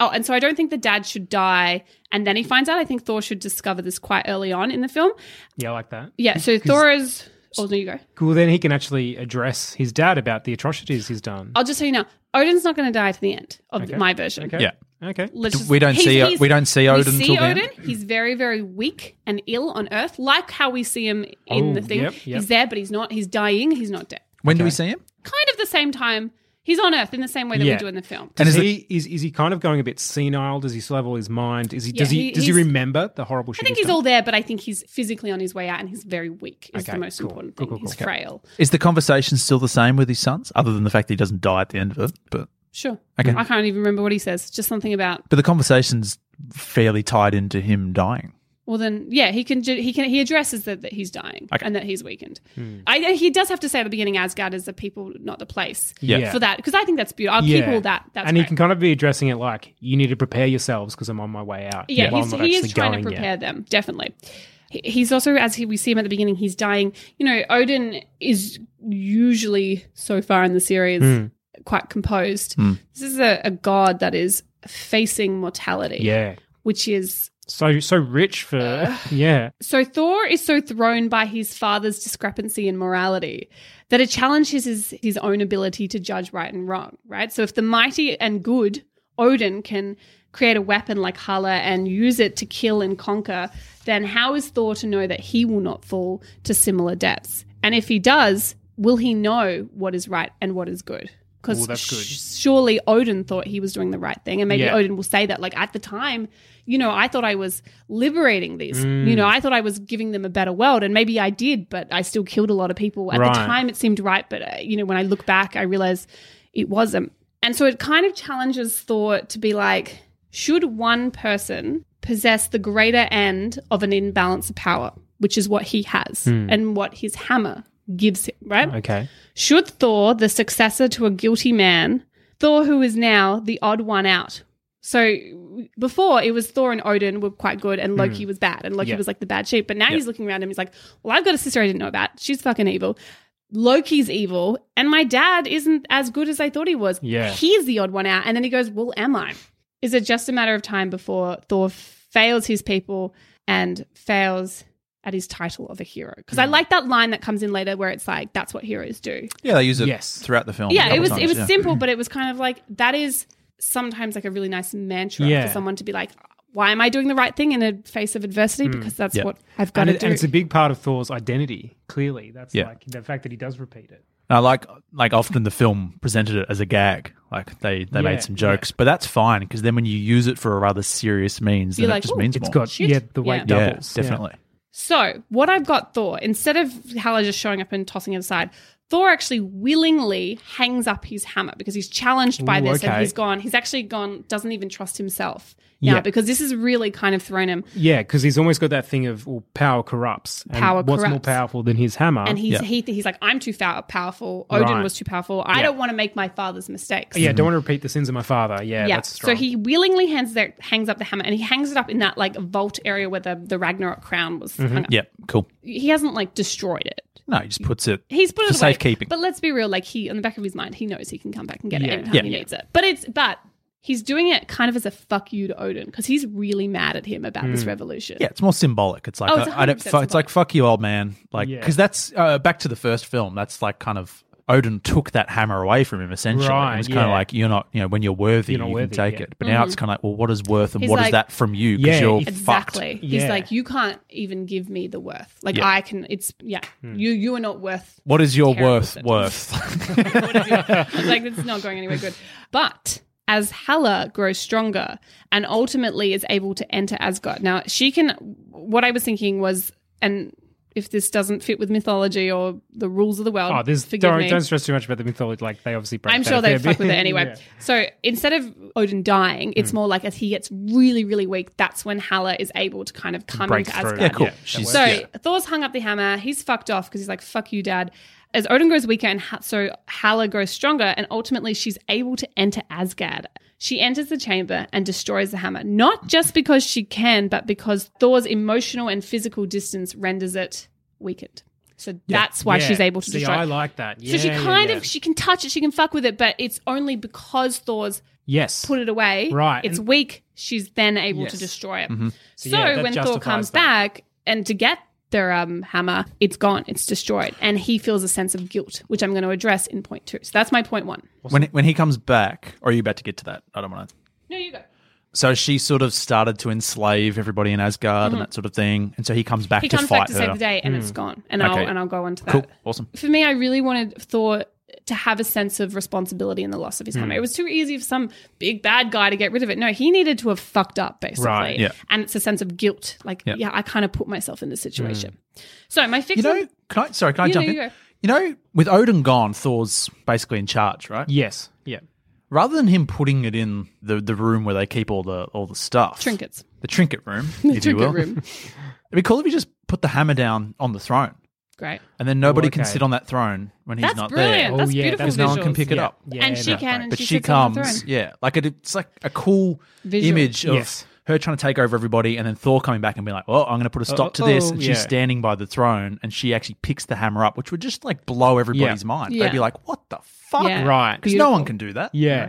Speaker 2: Oh, and so I don't think the dad should die, and then he finds out. I think Thor should discover this quite early on in the film.
Speaker 5: yeah, I like that.
Speaker 2: Yeah. So Thor is. Oh no, you go.
Speaker 5: Cool. Then he can actually address his dad about the atrocities he's done.
Speaker 2: I'll just tell you now. Odin's not going to die to the end of my version.
Speaker 5: Okay.
Speaker 4: Yeah.
Speaker 5: Okay.
Speaker 2: Let's just-
Speaker 4: We don't see- we don't see Odin
Speaker 2: We see
Speaker 4: till the end.
Speaker 2: Odin. He's very, very weak and ill on Earth, like how we see him in
Speaker 5: Oh,
Speaker 2: the thing.
Speaker 5: yep, yep.
Speaker 2: He's there, but he's not. He's dying. He's not dead.
Speaker 4: When do we see him?
Speaker 2: Kind of the same time. He's on Earth in the same way that
Speaker 5: Yeah.
Speaker 2: we do in the film.
Speaker 5: And
Speaker 4: And
Speaker 5: is
Speaker 4: is
Speaker 5: he is, is he kind of going a bit senile? Does he still have all his mind? Is he does
Speaker 2: Yeah,
Speaker 5: he,
Speaker 2: he-
Speaker 5: does he
Speaker 2: he's-
Speaker 5: remember the horrible shit?
Speaker 2: I think he's all there, but I think he's physically on his way out, and he's very weak. Is
Speaker 5: Okay,
Speaker 2: the most
Speaker 5: cool,
Speaker 2: important
Speaker 5: cool,
Speaker 2: thing.
Speaker 5: cool,
Speaker 2: he's
Speaker 5: cool.
Speaker 2: frail.
Speaker 4: Is the conversation still the same with his sons, other than the fact that he doesn't die at the end of it? But
Speaker 2: Sure.
Speaker 4: Okay.
Speaker 2: I can't even remember what he says. Just something about.
Speaker 4: but the conversation's fairly tied into him dying.
Speaker 2: Well, then, yeah, he can. ju- He can. He addresses that, that he's dying
Speaker 4: Okay.
Speaker 2: and that he's weakened. I, he does have to say at the beginning, Asgard is the people, not the place.
Speaker 5: Yeah.
Speaker 2: For that, because I think that's beautiful. I'll keep all that. That's
Speaker 5: and
Speaker 2: great.
Speaker 5: he can kind of be addressing it like, you need to prepare yourselves because I'm on my way out.
Speaker 2: Yeah,
Speaker 5: while
Speaker 2: he's,
Speaker 5: I'm not
Speaker 2: he is
Speaker 5: actually
Speaker 2: trying
Speaker 5: going
Speaker 2: to
Speaker 5: yet.
Speaker 2: prepare them, definitely. He- He's also, as he, we see him at the beginning, he's dying. You know, Odin is usually, so far in the series,
Speaker 5: Hmm.
Speaker 2: quite composed. This is a, a god that is facing mortality,
Speaker 5: Yeah.
Speaker 2: which is.
Speaker 5: So so rich for
Speaker 2: Uh.
Speaker 5: yeah.
Speaker 2: So Thor is so thrown by his father's discrepancy in morality that it challenges his, his own ability to judge right and wrong, right? So if the mighty and good Odin can create a weapon like Hala and use it to kill and conquer, then how is Thor to know that he will not fall to similar depths? And if he does, will he know what is right and what is good? Because surely Odin thought he was doing the right thing. And maybe
Speaker 5: Yeah.
Speaker 2: Odin will say that, like, at the time, you know, I thought I was liberating these. You
Speaker 5: Mm.
Speaker 2: know, I thought I was giving them a better world. And maybe I did, but I still killed a lot of people. At
Speaker 5: Right.
Speaker 2: the time, it seemed right. But, uh, you know, when I look back, I realize it wasn't. And so it kind of challenges thought to be like, should one person possess the greater end of an imbalance of power, which is what he has and what his hammer gives him, right?
Speaker 5: Hmm. Okay.
Speaker 2: Should Thor, the successor to a guilty man, Thor who is now the odd one out. So before it was Thor and Odin were quite good and Loki was bad and Loki
Speaker 5: Mm. Yeah.
Speaker 2: was like the bad sheep. But now he's looking around him, he's like, Well, I've got a sister I didn't know about. She's fucking evil. Loki's evil, and my dad isn't as good as I thought he was.
Speaker 5: Yeah.
Speaker 2: He's the odd one out. And then he goes, Well, am I? Is it just a matter of time before Thor fails his people and fails at his title of a hero? Because
Speaker 5: Mm.
Speaker 2: I like that line that comes in later where it's like, That's what heroes do
Speaker 4: Yeah, they use it
Speaker 5: Yes.
Speaker 4: throughout the film. a
Speaker 2: yeah it
Speaker 4: couple
Speaker 2: was it
Speaker 4: times,
Speaker 2: was
Speaker 4: yeah.
Speaker 2: simple but it was kind of like that is sometimes like a really nice mantra
Speaker 5: Yeah.
Speaker 2: for someone to be like why am i doing the right thing in a face of adversity because that's
Speaker 4: Yeah.
Speaker 2: what i've got
Speaker 5: Mm. And,
Speaker 2: to
Speaker 5: it,
Speaker 2: do
Speaker 5: and it's a big part of Thor's identity, clearly. That's
Speaker 4: Yeah.
Speaker 5: like the fact that he does repeat it.
Speaker 4: And I like like often the film presented it as a gag. Like they, they
Speaker 5: Yeah,
Speaker 4: made some jokes, but that's fine because then when you use it for a rather serious means,
Speaker 2: You're
Speaker 4: then
Speaker 2: like,
Speaker 4: it just
Speaker 2: "Ooh,
Speaker 4: means
Speaker 5: It's
Speaker 4: more.
Speaker 5: got
Speaker 2: Shit.
Speaker 5: yeah, the weight
Speaker 2: Yeah.
Speaker 4: yeah,
Speaker 5: doubles.
Speaker 4: definitely.
Speaker 2: so what i've got thor instead of hella just showing up and tossing it aside Thor actually willingly hangs up his hammer because he's challenged by
Speaker 5: Ooh,
Speaker 2: this
Speaker 5: okay.
Speaker 2: and he's gone. He's actually gone, doesn't even trust himself now
Speaker 5: Yeah. Uh-huh.
Speaker 2: because this has really kind of thrown him.
Speaker 5: Yeah, because he's almost got that thing of well, power corrupts. And
Speaker 2: Power
Speaker 5: what's more
Speaker 2: corrupts.
Speaker 5: powerful than his hammer?
Speaker 2: And he's,
Speaker 4: Yeah.
Speaker 2: he, he's like, I'm too fa- powerful. Odin
Speaker 5: Right.
Speaker 2: was too powerful. I don't want to make my father's mistakes.
Speaker 5: Oh, yeah, don't want to repeat the sins of my father. Yeah,
Speaker 2: Yeah.
Speaker 5: that's
Speaker 2: So
Speaker 5: strong.
Speaker 2: he willingly hands their, hangs up the hammer and he hangs it up in that like vault area where the, the Ragnarok crown was hung up.
Speaker 4: Mm-hmm, Yeah, cool.
Speaker 2: He hasn't like destroyed it.
Speaker 4: No, he just puts it.
Speaker 2: He's put it
Speaker 4: For
Speaker 2: away.
Speaker 4: safekeeping.
Speaker 2: But let's be real, like he on the back of his mind, he knows he can come back and get it
Speaker 5: Yeah.
Speaker 2: anytime
Speaker 4: Yeah.
Speaker 2: he needs it. But it's but he's doing it kind of as a fuck you to Odin because he's really mad at him about this revolution.
Speaker 4: Hmm. Yeah, it's more symbolic. It's like
Speaker 2: Oh, it's
Speaker 4: I I don't.
Speaker 2: 100%
Speaker 4: Fu- it's like fuck you, old man. Like
Speaker 5: Yeah.
Speaker 4: because that's uh, back to the first film. That's like kind of Odin took that hammer away from him. Essentially,
Speaker 5: Right,
Speaker 4: it was kind of
Speaker 5: yeah.
Speaker 4: like you're not. You know, when you're worthy,
Speaker 5: You're not
Speaker 4: you
Speaker 5: worthy,
Speaker 4: can take
Speaker 5: yeah.
Speaker 4: it. But now it's kind of like, well, what is worth, and what
Speaker 2: Mm-hmm. He's
Speaker 4: is
Speaker 2: like-
Speaker 4: that from you? Because
Speaker 5: Yeah,
Speaker 4: you're
Speaker 5: if-
Speaker 2: Exactly.
Speaker 4: fucked.
Speaker 2: He's
Speaker 5: Yeah.
Speaker 2: like, you can't even give me the worth. Like
Speaker 4: Yeah. Hmm.
Speaker 2: I can. It's yeah. You you are not worth
Speaker 4: What is your
Speaker 2: Terrible
Speaker 4: worth?
Speaker 2: sentence.
Speaker 4: Worth.
Speaker 2: It's like it's not going anywhere good. But as Hela grows stronger and ultimately is able to enter Asgard, now she can. What I was thinking was, and if this doesn't fit with mythology or the rules of the world,
Speaker 5: oh, there's
Speaker 2: forgive
Speaker 5: don't,
Speaker 2: me.
Speaker 5: don't stress too much about the mythology. Like they obviously break.
Speaker 2: I'm
Speaker 5: that
Speaker 2: sure
Speaker 5: a
Speaker 2: they
Speaker 5: fair bit.
Speaker 2: fuck with it anyway.
Speaker 5: Yeah. Mm.
Speaker 2: So instead of Odin dying, it's more like as he gets really, really weak, that's when Hela is able to kind of come
Speaker 5: Break
Speaker 2: into
Speaker 5: through.
Speaker 2: Asgard.
Speaker 4: yeah, cool.
Speaker 5: Yeah, that
Speaker 4: She's
Speaker 2: So
Speaker 4: yeah.
Speaker 2: Thor's hung up the hammer. He's fucked off because he's like, "Fuck you, Dad." As Odin grows weaker, and ha- so Hala grows stronger, and ultimately she's able to enter Asgard. She enters the chamber and destroys the hammer, not just because she can, but because Thor's emotional and physical distance renders it weakened. So that's why
Speaker 5: Yeah.
Speaker 2: she's able to
Speaker 5: See,
Speaker 2: destroy.
Speaker 5: I
Speaker 2: it.
Speaker 5: like that. Yeah,
Speaker 2: so she
Speaker 5: yeah,
Speaker 2: kind
Speaker 5: yeah.
Speaker 2: of she can touch it, she can fuck with it, but it's only because Thor's
Speaker 5: yes.
Speaker 2: put it away.
Speaker 5: Right,
Speaker 2: It's
Speaker 5: and-
Speaker 2: weak. She's then able to
Speaker 5: Yes.
Speaker 2: destroy it.
Speaker 4: Mm-hmm.
Speaker 2: So,
Speaker 5: yeah, that
Speaker 2: when Thor
Speaker 5: justifies
Speaker 2: comes
Speaker 5: that.
Speaker 2: back and to get their um, hammer, it's gone. It's destroyed. And he feels a sense of guilt, which I'm going to address in point two. So that's my point one.
Speaker 4: When when he comes back, or are you about to get to that? I don't want to.
Speaker 2: No, you go.
Speaker 4: So she sort of started to enslave everybody in Asgard and that sort of thing, and so he comes back
Speaker 2: Mm-hmm. He
Speaker 4: to
Speaker 2: comes
Speaker 4: fight
Speaker 2: back to save
Speaker 4: her.
Speaker 2: the day and
Speaker 5: Hmm.
Speaker 2: it's gone. And
Speaker 4: Okay.
Speaker 2: I'll and I'll go on to that.
Speaker 4: Cool, awesome.
Speaker 2: For me, I really wanted Thor to have a sense of responsibility in the loss of his hammer. It was too easy for some big bad guy to get rid of it. No, he needed to have fucked up basically.
Speaker 5: Right,
Speaker 4: yeah.
Speaker 2: And it's a sense of guilt. Like, yeah, I kind of put myself in this situation. So my fix
Speaker 4: You know,
Speaker 2: on-
Speaker 4: can I, sorry, can I
Speaker 2: You
Speaker 4: jump
Speaker 2: know,
Speaker 4: in?
Speaker 2: you
Speaker 4: You,
Speaker 2: go.
Speaker 4: know, with Odin gone, Thor's basically in charge, right?
Speaker 5: Yes. Yeah.
Speaker 4: Rather than him putting it in the, the room where they keep all the all the stuff,
Speaker 2: trinkets.
Speaker 4: the trinket room, if you
Speaker 2: Trinket
Speaker 4: will.
Speaker 2: room.
Speaker 4: It'd be cool if he just put the hammer down on the throne,
Speaker 2: Great.
Speaker 4: and then nobody can
Speaker 5: okay. Oh,
Speaker 4: sit on that throne when he's
Speaker 2: That's
Speaker 4: not there.
Speaker 2: brilliant. That's
Speaker 5: yeah,
Speaker 2: beautiful
Speaker 5: that's-
Speaker 4: no one can
Speaker 2: visuals.
Speaker 4: pick it
Speaker 5: Yeah.
Speaker 4: up.
Speaker 5: Yeah,
Speaker 2: and she
Speaker 5: that's
Speaker 2: can,
Speaker 5: right.
Speaker 2: and
Speaker 4: But
Speaker 2: she,
Speaker 4: she,
Speaker 2: sits on the
Speaker 4: comes,
Speaker 2: throne.
Speaker 4: yeah, like it, it's like a cool
Speaker 2: Visual.
Speaker 4: image of
Speaker 5: Yes.
Speaker 4: her trying to take over everybody, and then Thor coming back and being like, "Well, I'm going to put a stop to this,"
Speaker 5: oh,
Speaker 4: and
Speaker 5: yeah.
Speaker 4: she's standing by the throne, and she actually picks the hammer up, which would just like blow everybody's mind.
Speaker 2: Yeah.
Speaker 4: They'd be like, "What the fuck?"
Speaker 2: Yeah.
Speaker 5: Right.
Speaker 4: Because no
Speaker 2: Beautiful.
Speaker 4: one can do that.
Speaker 5: Yeah.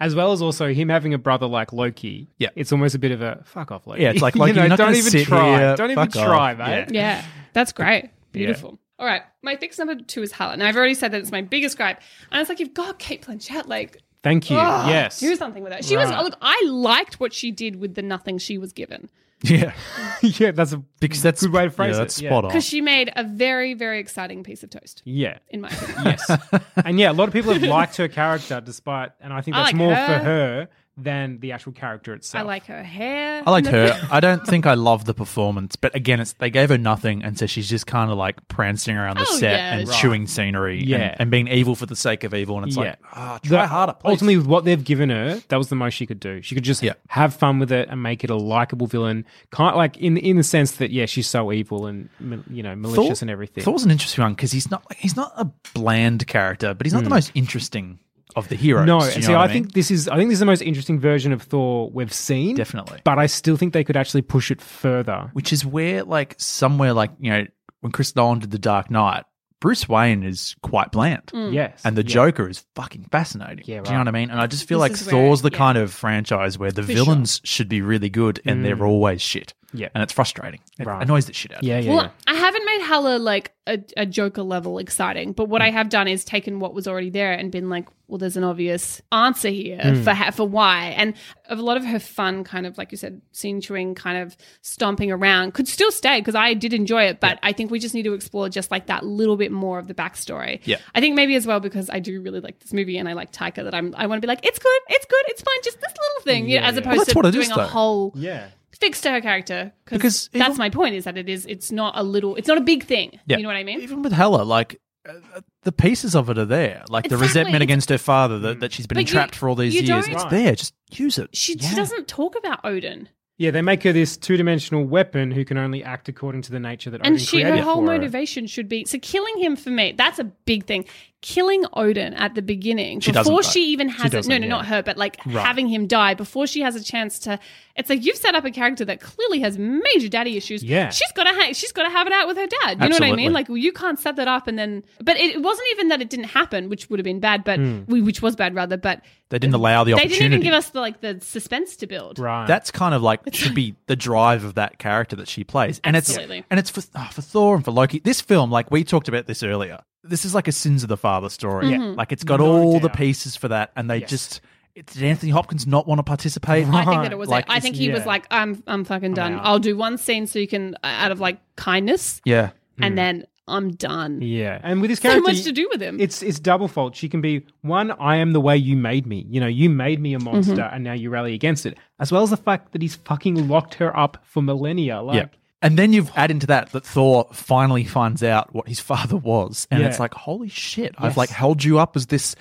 Speaker 5: As well as also him having a brother like Loki.
Speaker 4: Yeah.
Speaker 5: It's almost a bit of a fuck off Loki.
Speaker 4: Yeah, it's like,
Speaker 5: You
Speaker 4: Loki,
Speaker 5: know,
Speaker 4: you're not
Speaker 5: don't
Speaker 4: gonna
Speaker 5: even
Speaker 4: sit
Speaker 5: try.
Speaker 4: here.
Speaker 5: Don't even
Speaker 4: Fuck off.
Speaker 5: try, mate.
Speaker 2: Yeah, that's great. Beautiful. All right, my fix number two is Helen. Now I've already said that it's my biggest gripe, and it's like you've got Kate Blanchett. Like
Speaker 5: Thank you. yes.
Speaker 2: Ah, Do something with that. She was look. I liked what she did with the nothing she was given
Speaker 4: Yeah,
Speaker 5: yeah, that's a
Speaker 4: because that's
Speaker 5: Good way to phrase
Speaker 4: yeah,
Speaker 5: it,
Speaker 4: That's
Speaker 5: yeah.
Speaker 4: spot on.
Speaker 2: because she made a very very exciting piece of toast.
Speaker 5: yeah.
Speaker 2: In my opinion.
Speaker 5: Yes. and yeah, a lot of people have liked her character despite and I think
Speaker 2: I
Speaker 5: that's
Speaker 2: like
Speaker 5: more
Speaker 2: her.
Speaker 5: for her than the actual character itself.
Speaker 2: I like her hair.
Speaker 4: I liked her. I don't think I love the performance, but again, it's they gave her nothing, and so she's just kind of like prancing around the
Speaker 2: Oh,
Speaker 4: set
Speaker 2: yeah,
Speaker 4: and
Speaker 2: right.
Speaker 4: chewing scenery, and-
Speaker 5: Yeah.
Speaker 4: and, being evil for the sake of evil. And it's like, ah,
Speaker 5: The-
Speaker 4: try harder. Please.
Speaker 5: Ultimately, with what they've given her, that was the most she could do. She could just
Speaker 4: Yeah.
Speaker 5: have fun with it and make it a likable villain, kind of like in in the sense that yeah, she's so evil and ma- you know malicious and everything.
Speaker 4: Thor's an interesting one because he's not like he's not a bland character, but he's not the most interesting of the heroes.
Speaker 5: Mm. no,
Speaker 4: you
Speaker 5: and
Speaker 4: know
Speaker 5: see,
Speaker 4: what
Speaker 5: I,
Speaker 4: mean?
Speaker 5: think this is I think this is the most interesting version of Thor we've seen,
Speaker 4: Definitely.
Speaker 5: But I still think they could actually push it further.
Speaker 4: which is where like somewhere like you know when Chris Nolan did The Dark Knight, Bruce Wayne is quite bland.
Speaker 2: Mm. Hmm.
Speaker 5: Yes,
Speaker 4: And the
Speaker 5: yeah.
Speaker 4: Joker is fucking fascinating.
Speaker 5: Yeah,
Speaker 4: Do you know
Speaker 5: right.
Speaker 4: what I mean? And I just feel
Speaker 2: This
Speaker 4: like
Speaker 2: is where-
Speaker 4: Thor's the
Speaker 2: yeah.
Speaker 4: kind of franchise where the
Speaker 2: For
Speaker 4: villains should be really good and they're always shit.
Speaker 5: Mm. Yeah.
Speaker 4: And it's frustrating. It
Speaker 5: Right.
Speaker 4: annoys the shit out of me.
Speaker 5: Yeah, yeah,
Speaker 2: Well,
Speaker 5: yeah.
Speaker 2: I haven't made Hella like a, a Joker level exciting, but what I
Speaker 4: Hmm.
Speaker 2: have done is taken what was already there and been like, well, there's an obvious answer here
Speaker 4: Hmm.
Speaker 2: for ha- for why, and of a lot of her fun kind of like you said, scene chewing, kind of stomping around could still stay because I did enjoy it, but I think we just need to explore just like that little bit more of the backstory.
Speaker 4: Yeah.
Speaker 2: I think maybe as well because I do really like this movie and I like Taika that I'm I want to be like it's good, it's good, it's fine, just this little
Speaker 4: Mm,
Speaker 2: thing, you know, as opposed
Speaker 4: that's
Speaker 2: to
Speaker 4: what it
Speaker 2: doing
Speaker 4: is,
Speaker 2: a
Speaker 4: though.
Speaker 2: whole
Speaker 5: yeah.
Speaker 2: fixed to her character
Speaker 4: Because
Speaker 2: because
Speaker 4: even-
Speaker 2: that's my point is that it is it's not a little it's not a big thing
Speaker 4: Yeah.
Speaker 2: you know what i mean
Speaker 4: Even with Hella, like uh, uh, the pieces of it are there. Like the
Speaker 2: Exactly.
Speaker 4: resentment against her father
Speaker 5: Mm.
Speaker 4: that, that she's been
Speaker 2: But you-
Speaker 4: entrapped for all these
Speaker 2: you
Speaker 4: years.
Speaker 2: don't-
Speaker 4: It's there. Just use it.
Speaker 2: she, she doesn't talk about odin
Speaker 5: Yeah, they make her this two-dimensional weapon who can only act according to the nature that Odin
Speaker 2: and she her
Speaker 5: created
Speaker 2: whole
Speaker 5: for her.
Speaker 2: motivation should be so killing him for me that's a big thing killing odin at the beginning
Speaker 4: She doesn't,
Speaker 2: before
Speaker 4: though.
Speaker 2: she even has it no
Speaker 5: doesn't, yeah.
Speaker 2: no not her but like having him die before she has a chance to it's like you've set up a character that clearly has major daddy issues
Speaker 5: Yeah.
Speaker 2: she's gotta ha- she's gotta have it out with her dad you know what i
Speaker 4: Absolutely.
Speaker 2: mean like you can't set that up and then but it, it wasn't even that it didn't happen which would have been bad but we which was bad rather but
Speaker 4: They didn't allow the
Speaker 2: they
Speaker 4: opportunity.
Speaker 2: didn't even give us the like the suspense to build.
Speaker 5: Right.
Speaker 4: That's kind of like should be the drive of that character that she plays, and
Speaker 2: Absolutely.
Speaker 4: it's and it's for oh, for Thor and for Loki. This film, like we talked about this earlier, this is like a sins of the father story. Yeah. Like it's got all the
Speaker 5: doubt.
Speaker 4: pieces for that, and they just it, did Anthony Hopkins not want to participate?
Speaker 2: I think that it was.
Speaker 4: Like,
Speaker 2: it. I think he
Speaker 5: yeah.
Speaker 2: was like, "I'm, I'm fucking done.
Speaker 5: out.
Speaker 2: I'll do one scene so you can, uh, out of like kindness,
Speaker 4: yeah,
Speaker 2: and then I'm done."
Speaker 5: Hmm. Yeah, and with this
Speaker 2: So
Speaker 5: character,
Speaker 2: much to do with him.
Speaker 5: It's it's double fault. She can be one. I am the way you made me. You know, you made
Speaker 2: Mm-hmm.
Speaker 5: me a monster, and now you rally against it. As well as the fact that he's fucking locked her up for millennia. Like,
Speaker 4: yeah. And then you've add into that that Thor finally finds out what his father was, and
Speaker 5: Yeah.
Speaker 4: it's like, holy shit! I've like held you up as this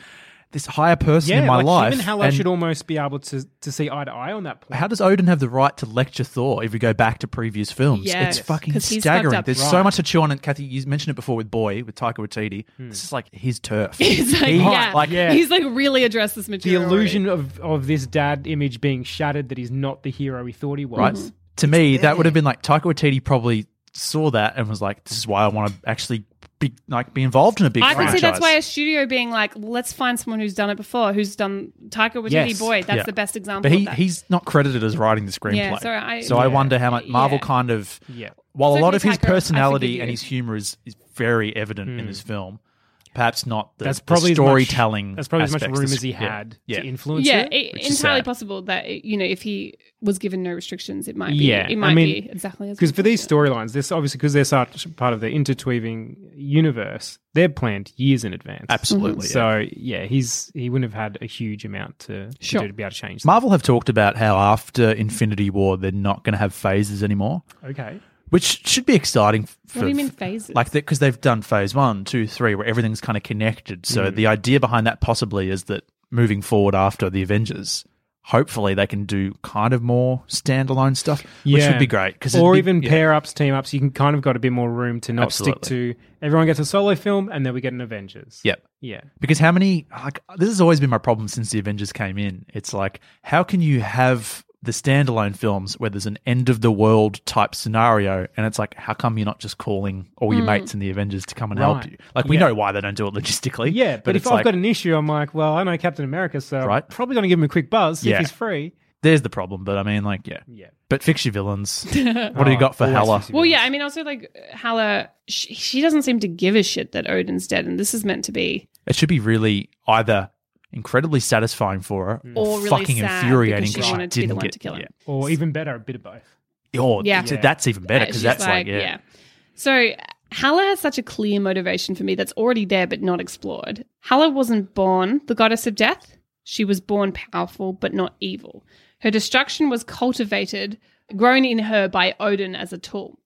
Speaker 4: this higher person
Speaker 5: yeah,
Speaker 4: in my
Speaker 5: like
Speaker 4: life.
Speaker 5: Even how I
Speaker 4: and-
Speaker 5: should almost be able to to see eye to eye on that point.
Speaker 4: How does Odin have the right to lecture Thor if we go back to previous films?
Speaker 2: Yes,
Speaker 4: it's fucking
Speaker 2: 'cause he's fucked
Speaker 4: staggering.
Speaker 2: up.
Speaker 4: There's so
Speaker 5: Right.
Speaker 4: much to chew on. And Kathy, you mentioned it before with Boy, with Taika Waititi. This is like his turf.
Speaker 2: Hmm. He's like,
Speaker 4: He-
Speaker 2: yeah.
Speaker 4: like-
Speaker 5: yeah.
Speaker 2: he's like really addressed this
Speaker 5: the
Speaker 2: material.
Speaker 5: illusion of of this dad image being shattered that he's not the hero he thought he was?
Speaker 4: right?
Speaker 2: Mm-hmm.
Speaker 4: To me, that would have been like Taika Waititi probably saw that and was like, "This is why I want to actually be like be involved in a big."
Speaker 2: already. I can
Speaker 4: franchise.
Speaker 2: see that's why a studio being like, well, "Let's find someone who's done it before, who's done Taika Waititi
Speaker 5: Yes.
Speaker 2: Boy." That's
Speaker 4: Yeah.
Speaker 2: the best
Speaker 4: But
Speaker 2: example.
Speaker 4: he,
Speaker 2: of that.
Speaker 4: he's not credited as writing the screenplay.
Speaker 2: Yeah, so I-
Speaker 4: So I
Speaker 2: yeah,
Speaker 4: wonder how much Marvel
Speaker 2: yeah.
Speaker 4: kind of,
Speaker 5: Yeah.
Speaker 4: while a
Speaker 2: Certainly
Speaker 4: lot of his
Speaker 2: Taika, I forgive
Speaker 4: personality
Speaker 2: you.
Speaker 4: and his humor is, is very evident in this film, perhaps not the,
Speaker 5: Hmm. That's probably
Speaker 4: the
Speaker 5: as much-
Speaker 4: storytelling.
Speaker 5: that's probably as
Speaker 4: aspects,
Speaker 5: much
Speaker 4: the
Speaker 5: room
Speaker 4: s-
Speaker 5: as he
Speaker 4: yeah,
Speaker 5: had
Speaker 4: Yeah.
Speaker 5: to influence.
Speaker 2: yeah,
Speaker 5: it.
Speaker 2: it-
Speaker 4: Which is
Speaker 2: entirely
Speaker 4: sad.
Speaker 2: possible that you know if he was given no restrictions, it might be.
Speaker 5: Yeah,
Speaker 2: it
Speaker 5: I
Speaker 2: might
Speaker 5: mean,
Speaker 2: be exactly as
Speaker 5: Because for these
Speaker 2: unfortunate.
Speaker 5: storylines, this obviously because they're such part of the intertweaving universe, they're planned years in advance.
Speaker 4: Absolutely, Mhm.
Speaker 5: So yeah, he's he wouldn't have had a huge amount to, to
Speaker 2: Sure.
Speaker 5: do to be able to change.
Speaker 4: Marvel have talked about how after Infinity War, they're not going to have phases anymore,
Speaker 5: okay.
Speaker 4: which should be exciting. f- For,
Speaker 2: What do you mean phases?
Speaker 4: Like that, because they've done phase one, two, three, where everything's kind of connected.
Speaker 5: Mm.
Speaker 4: So the idea behind that possibly is that moving forward after the Avengers, hopefully they can do kind of more standalone stuff, which would be great. Because
Speaker 5: or even pair ups, team ups, you can kind of got a bit more room to not
Speaker 4: Absolutely.
Speaker 5: stick to everyone gets a solo film and then we get an Avengers.
Speaker 4: Yep.
Speaker 5: Yeah.
Speaker 4: Because how many like this has always been my problem since the Avengers came in. It's like how can you have the standalone films where there's an end of the world type scenario and it's like how come you're not just calling all your mates in the Avengers to come and help
Speaker 5: Hmm. Right.
Speaker 4: you? Like we
Speaker 5: Yeah.
Speaker 4: know why they don't do it logistically.
Speaker 5: Yeah, but, if
Speaker 4: it's
Speaker 5: I've
Speaker 4: like,
Speaker 5: got an issue, I'm like, well, I know Captain America, so I'm
Speaker 4: Right.
Speaker 5: probably going to give him a quick buzz see
Speaker 4: Yeah.
Speaker 5: if he's free.
Speaker 4: there's the problem, but I mean like yeah.
Speaker 5: Yeah.
Speaker 4: But fix your villains. what do you got for
Speaker 5: always
Speaker 4: Hella?
Speaker 5: fix your
Speaker 2: Well, yeah, I mean, also like Halla, she, she doesn't seem to give a shit that Odin's dead, and this is meant to be.
Speaker 4: It should be really either incredibly satisfying for her,
Speaker 5: Hmm.
Speaker 2: Or really
Speaker 4: fucking
Speaker 2: sad
Speaker 4: infuriating
Speaker 2: because she
Speaker 4: because she,
Speaker 2: wanted
Speaker 4: didn't
Speaker 2: to be the one
Speaker 4: get
Speaker 2: to kill him.
Speaker 4: yeah.
Speaker 5: Or even better, a bit of both.
Speaker 4: Oh,
Speaker 2: Yeah.
Speaker 4: th- that's even better
Speaker 2: Uh,
Speaker 4: because
Speaker 2: she's
Speaker 4: that's like, yeah.
Speaker 2: So Hela has such a clear motivation for me that's already there but not explored. Hela wasn't born the goddess of death. She was born powerful but not evil. Her destruction was cultivated, grown in her by Odin as a tool.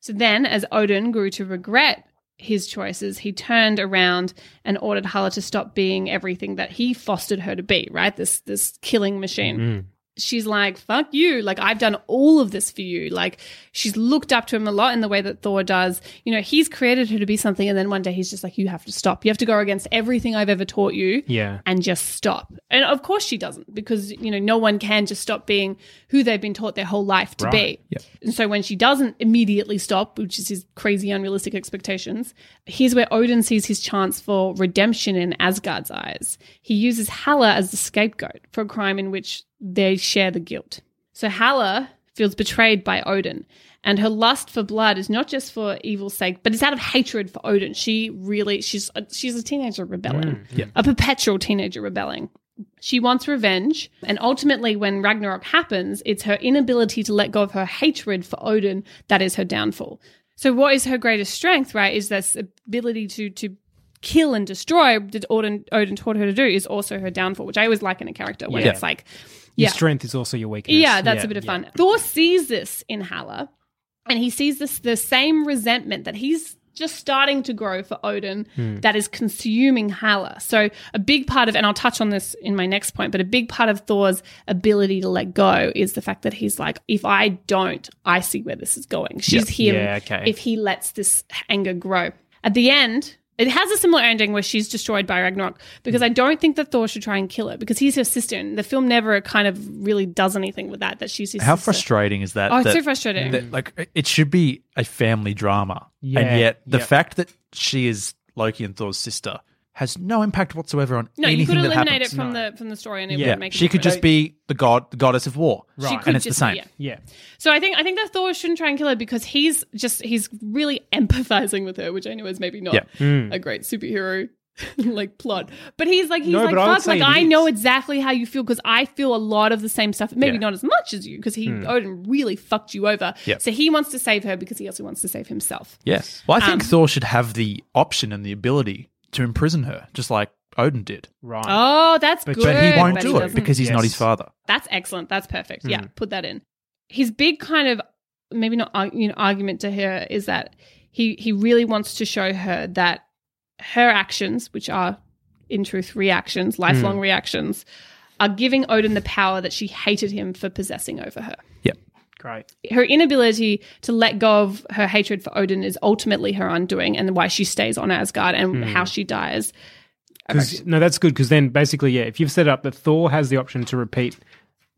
Speaker 2: So then, as Odin grew to regret his choices, he turned around and ordered Hela to stop being everything that he fostered her to be, right? This this killing machine she's like, fuck you. Like, I've done all of this for you. Like, she's looked up to him a lot in the way that Thor does. You know, he's created her to be something. And then one day he's just like, you have to stop. You have to go against everything I've ever taught you
Speaker 5: Yeah.
Speaker 2: and just stop. And of course she doesn't because, you know, no one can just stop being who they've been taught their whole life to be. And so when she doesn't immediately stop, which is his crazy, unrealistic expectations, here's where Odin sees his chance for redemption in Asgard's eyes. He uses Hela as the scapegoat for a crime in which they share the guilt. So Hela feels betrayed by Odin. And her lust for blood is not just for evil's sake, but it's out of hatred for Odin. She really, she's a, she's a teenager rebelling, a perpetual teenager rebelling. She wants revenge. And ultimately, when Ragnarok happens, it's her inability to let go of her hatred for Odin that is her downfall. So, what is her greatest strength, right? Is this ability to, to kill and destroy that Odin, Odin taught her to do is also her downfall, which I always like in a character when
Speaker 5: Yeah.
Speaker 2: it's like,
Speaker 5: Your
Speaker 2: yeah.
Speaker 5: strength is also your weakness.
Speaker 2: Yeah, that's a bit of fun. Thor sees this in Hala, and he sees this the same resentment that he's just starting to grow for Odin that is consuming Hala. So a big part of, and I'll touch on this in my next point, but a big part of Thor's ability to let go is the fact that he's like, if I don't, I see where this is going. She's him.
Speaker 5: Yeah, okay.
Speaker 2: If he lets this anger grow. At the end, it has a similar ending where she's destroyed by Ragnarok because I don't think that Thor should try and kill her because he's her sister and the film never kind of really does anything with that, that she's his
Speaker 4: How
Speaker 2: sister.
Speaker 4: frustrating is that?
Speaker 2: Oh, it's
Speaker 4: that-
Speaker 2: so frustrating.
Speaker 4: that, like it should be a family drama,
Speaker 5: Yeah,
Speaker 4: and yet the
Speaker 5: yeah.
Speaker 4: fact that she is Loki and Thor's sister has no impact whatsoever on
Speaker 2: No,
Speaker 4: anything
Speaker 2: you could
Speaker 4: that
Speaker 2: eliminate
Speaker 4: happens.
Speaker 2: it from the from the story and it
Speaker 4: yeah,
Speaker 2: wouldn't make a
Speaker 4: she could
Speaker 2: difference.
Speaker 4: just be the god, the goddess of war,
Speaker 2: She
Speaker 4: and
Speaker 2: could
Speaker 4: it's the
Speaker 2: just-
Speaker 4: same.
Speaker 2: yeah.
Speaker 5: Yeah.
Speaker 2: So I think I think that Thor shouldn't try and kill her because he's just he's really empathizing with her, which I know is maybe not
Speaker 4: Yeah.
Speaker 2: a great superhero like plot. But he's like he's
Speaker 5: No,
Speaker 2: like
Speaker 5: but I would
Speaker 2: fuck,
Speaker 5: say
Speaker 2: like
Speaker 5: it
Speaker 2: I
Speaker 5: is.
Speaker 2: know exactly how you feel because I feel a lot of the same stuff. Maybe not as much as you because he Odin really fucked you over.
Speaker 4: Yeah.
Speaker 2: So he wants to save her because he also wants to save himself.
Speaker 4: Yes. Well, I think
Speaker 2: Um,
Speaker 4: Thor should have the option and the ability to imprison her, just like Odin did.
Speaker 5: Right.
Speaker 2: Oh, that's
Speaker 5: But-
Speaker 2: good.
Speaker 4: But he won't
Speaker 2: But
Speaker 4: do it
Speaker 2: doesn't.
Speaker 4: because he's not
Speaker 5: Yes.
Speaker 4: his father.
Speaker 2: That's excellent. That's perfect. Yeah, put that in. His big kind of maybe not ar- you know argument to her is that he he really wants to show her that her actions, which are in truth reactions, lifelong reactions, are giving Odin the power that she hated him for possessing over her.
Speaker 4: Yep.
Speaker 5: Great.
Speaker 2: Her inability to let go of her hatred for Odin is ultimately her undoing and why she stays on Asgard and how she dies.
Speaker 5: Because no, that's good. Because then basically, yeah, if you've set it up that Thor has the option to repeat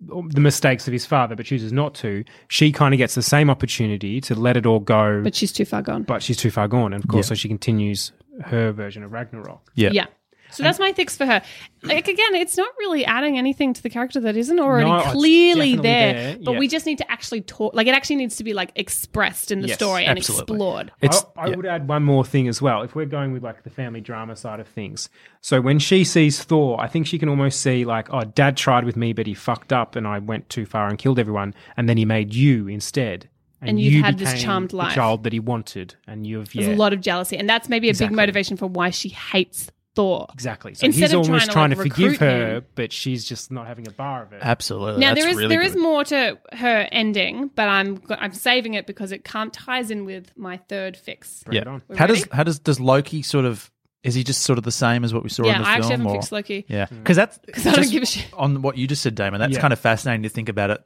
Speaker 5: the mistakes of his father, but chooses not to, she kind of gets the same opportunity to let it all go.
Speaker 2: But she's too far gone.
Speaker 5: but she's too far gone, and of course, so she continues her version of Ragnarok.
Speaker 4: Yeah.
Speaker 2: Yeah. So that's my fix for her. Like again, it's not really adding anything to the character that isn't already
Speaker 5: No, it's
Speaker 2: clearly
Speaker 5: definitely
Speaker 2: there,
Speaker 5: there,
Speaker 2: But
Speaker 5: yeah.
Speaker 2: we just need to actually talk. Like it actually needs to be like expressed in the
Speaker 5: Yes,
Speaker 2: story
Speaker 4: absolutely.
Speaker 2: and explored.
Speaker 4: It's
Speaker 5: I, I would add one more thing as well. If we're going with like the family drama side of things, so when she sees Thor, I think she can almost see like, oh, Dad tried with me, but he fucked up, and I went too far and killed everyone, and then he made you instead,
Speaker 2: And you've had this
Speaker 5: became
Speaker 2: charmed
Speaker 5: the
Speaker 2: life.
Speaker 5: child that he wanted, and you've yeah,
Speaker 2: There's a lot of jealousy, and that's maybe a big motivation for why she hates Thor.
Speaker 5: exactly. So
Speaker 2: Instead
Speaker 5: he's
Speaker 2: of
Speaker 5: almost trying
Speaker 2: trying to,
Speaker 5: to,
Speaker 2: like,
Speaker 5: forgive
Speaker 2: recruit
Speaker 5: her,
Speaker 2: him.
Speaker 5: but she's just not having a bar of it.
Speaker 4: Absolutely.
Speaker 2: Now
Speaker 4: That's
Speaker 2: there is
Speaker 4: really
Speaker 2: there is
Speaker 4: good.
Speaker 2: more to her ending, but I'm I'm saving it because it come, ties in with my third fix.
Speaker 5: Bring it on.
Speaker 2: We're
Speaker 4: How
Speaker 2: ready?
Speaker 4: does how does does Loki sort of is he just sort of the same as what we saw
Speaker 2: yeah,
Speaker 4: in the
Speaker 2: I actually
Speaker 4: film?
Speaker 2: haven't
Speaker 4: or-
Speaker 2: fixed Loki.
Speaker 4: Yeah, because that's
Speaker 2: 'Cause I don't
Speaker 4: just
Speaker 2: give a shit.
Speaker 4: on what you just said, Damon. That's
Speaker 5: Hmm. Yeah.
Speaker 4: kind of fascinating to think about it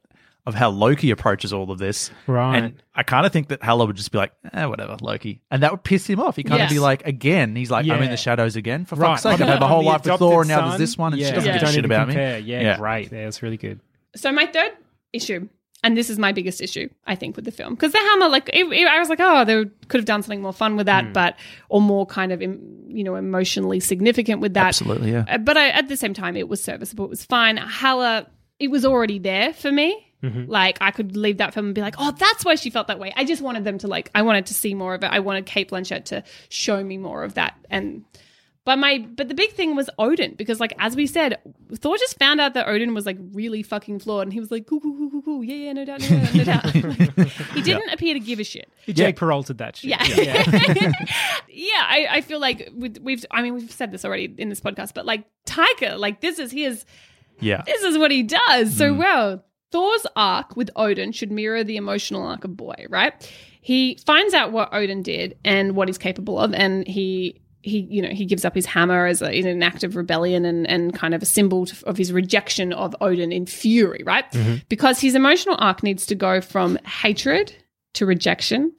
Speaker 4: of how Loki approaches all of this.
Speaker 5: Right.
Speaker 4: and I kind of think that Hela would just be like, eh, whatever, Loki, and that would piss him off. He kind
Speaker 2: Yes.
Speaker 4: of be like, again, he's like, I'm
Speaker 5: Yeah.
Speaker 4: in the shadows again. For
Speaker 5: Right,
Speaker 4: fuck's sake,
Speaker 5: I'm-
Speaker 4: I've had my
Speaker 5: I'm
Speaker 4: whole
Speaker 5: the
Speaker 4: life with
Speaker 5: adopted
Speaker 4: Thor, and now there's
Speaker 5: son.
Speaker 4: this one, and she doesn't
Speaker 2: Yeah.
Speaker 4: give a
Speaker 5: Don't
Speaker 4: shit
Speaker 5: even
Speaker 4: about
Speaker 5: compare.
Speaker 4: me.
Speaker 5: Yeah, great. Yeah, that's really good.
Speaker 2: So my third issue, and this is my biggest issue, I think, with the film, because the hammer, like, it, it- I was like, oh, they could have done something more fun with that, but or more kind of, em- you know, emotionally significant with that.
Speaker 4: absolutely, yeah.
Speaker 2: Uh, But I, at the same time, it was serviceable. It was fine. Hala, it was already there for me. Like I could leave that film and be like, oh, that's why she felt that way. I just wanted them to like, I wanted to see more of it. I wanted Kate Blanchett to show me more of that, and But my but the big thing was Odin because like as we said, Thor just found out that Odin was like really fucking flawed, and he was like, cool, cool, cool, cool, cool, yeah, yeah, no doubt, no doubt, no doubt. Like, he didn't appear to give a shit.
Speaker 5: Jake Peralta that shit.
Speaker 2: Yeah. Yeah, I, I feel like with, we've, I mean, we've said this already in this podcast, but like Tiger, like this is his,
Speaker 4: Yeah.
Speaker 2: this is what he does so well. Thor's arc with Odin should mirror the emotional arc of Boy, right? He finds out what Odin did and what he's capable of, and he he you know he gives up his hammer as a, in an act of rebellion and and kind of a symbol to, of his rejection of Odin in fury, right? Because his emotional arc needs to go from hatred to rejection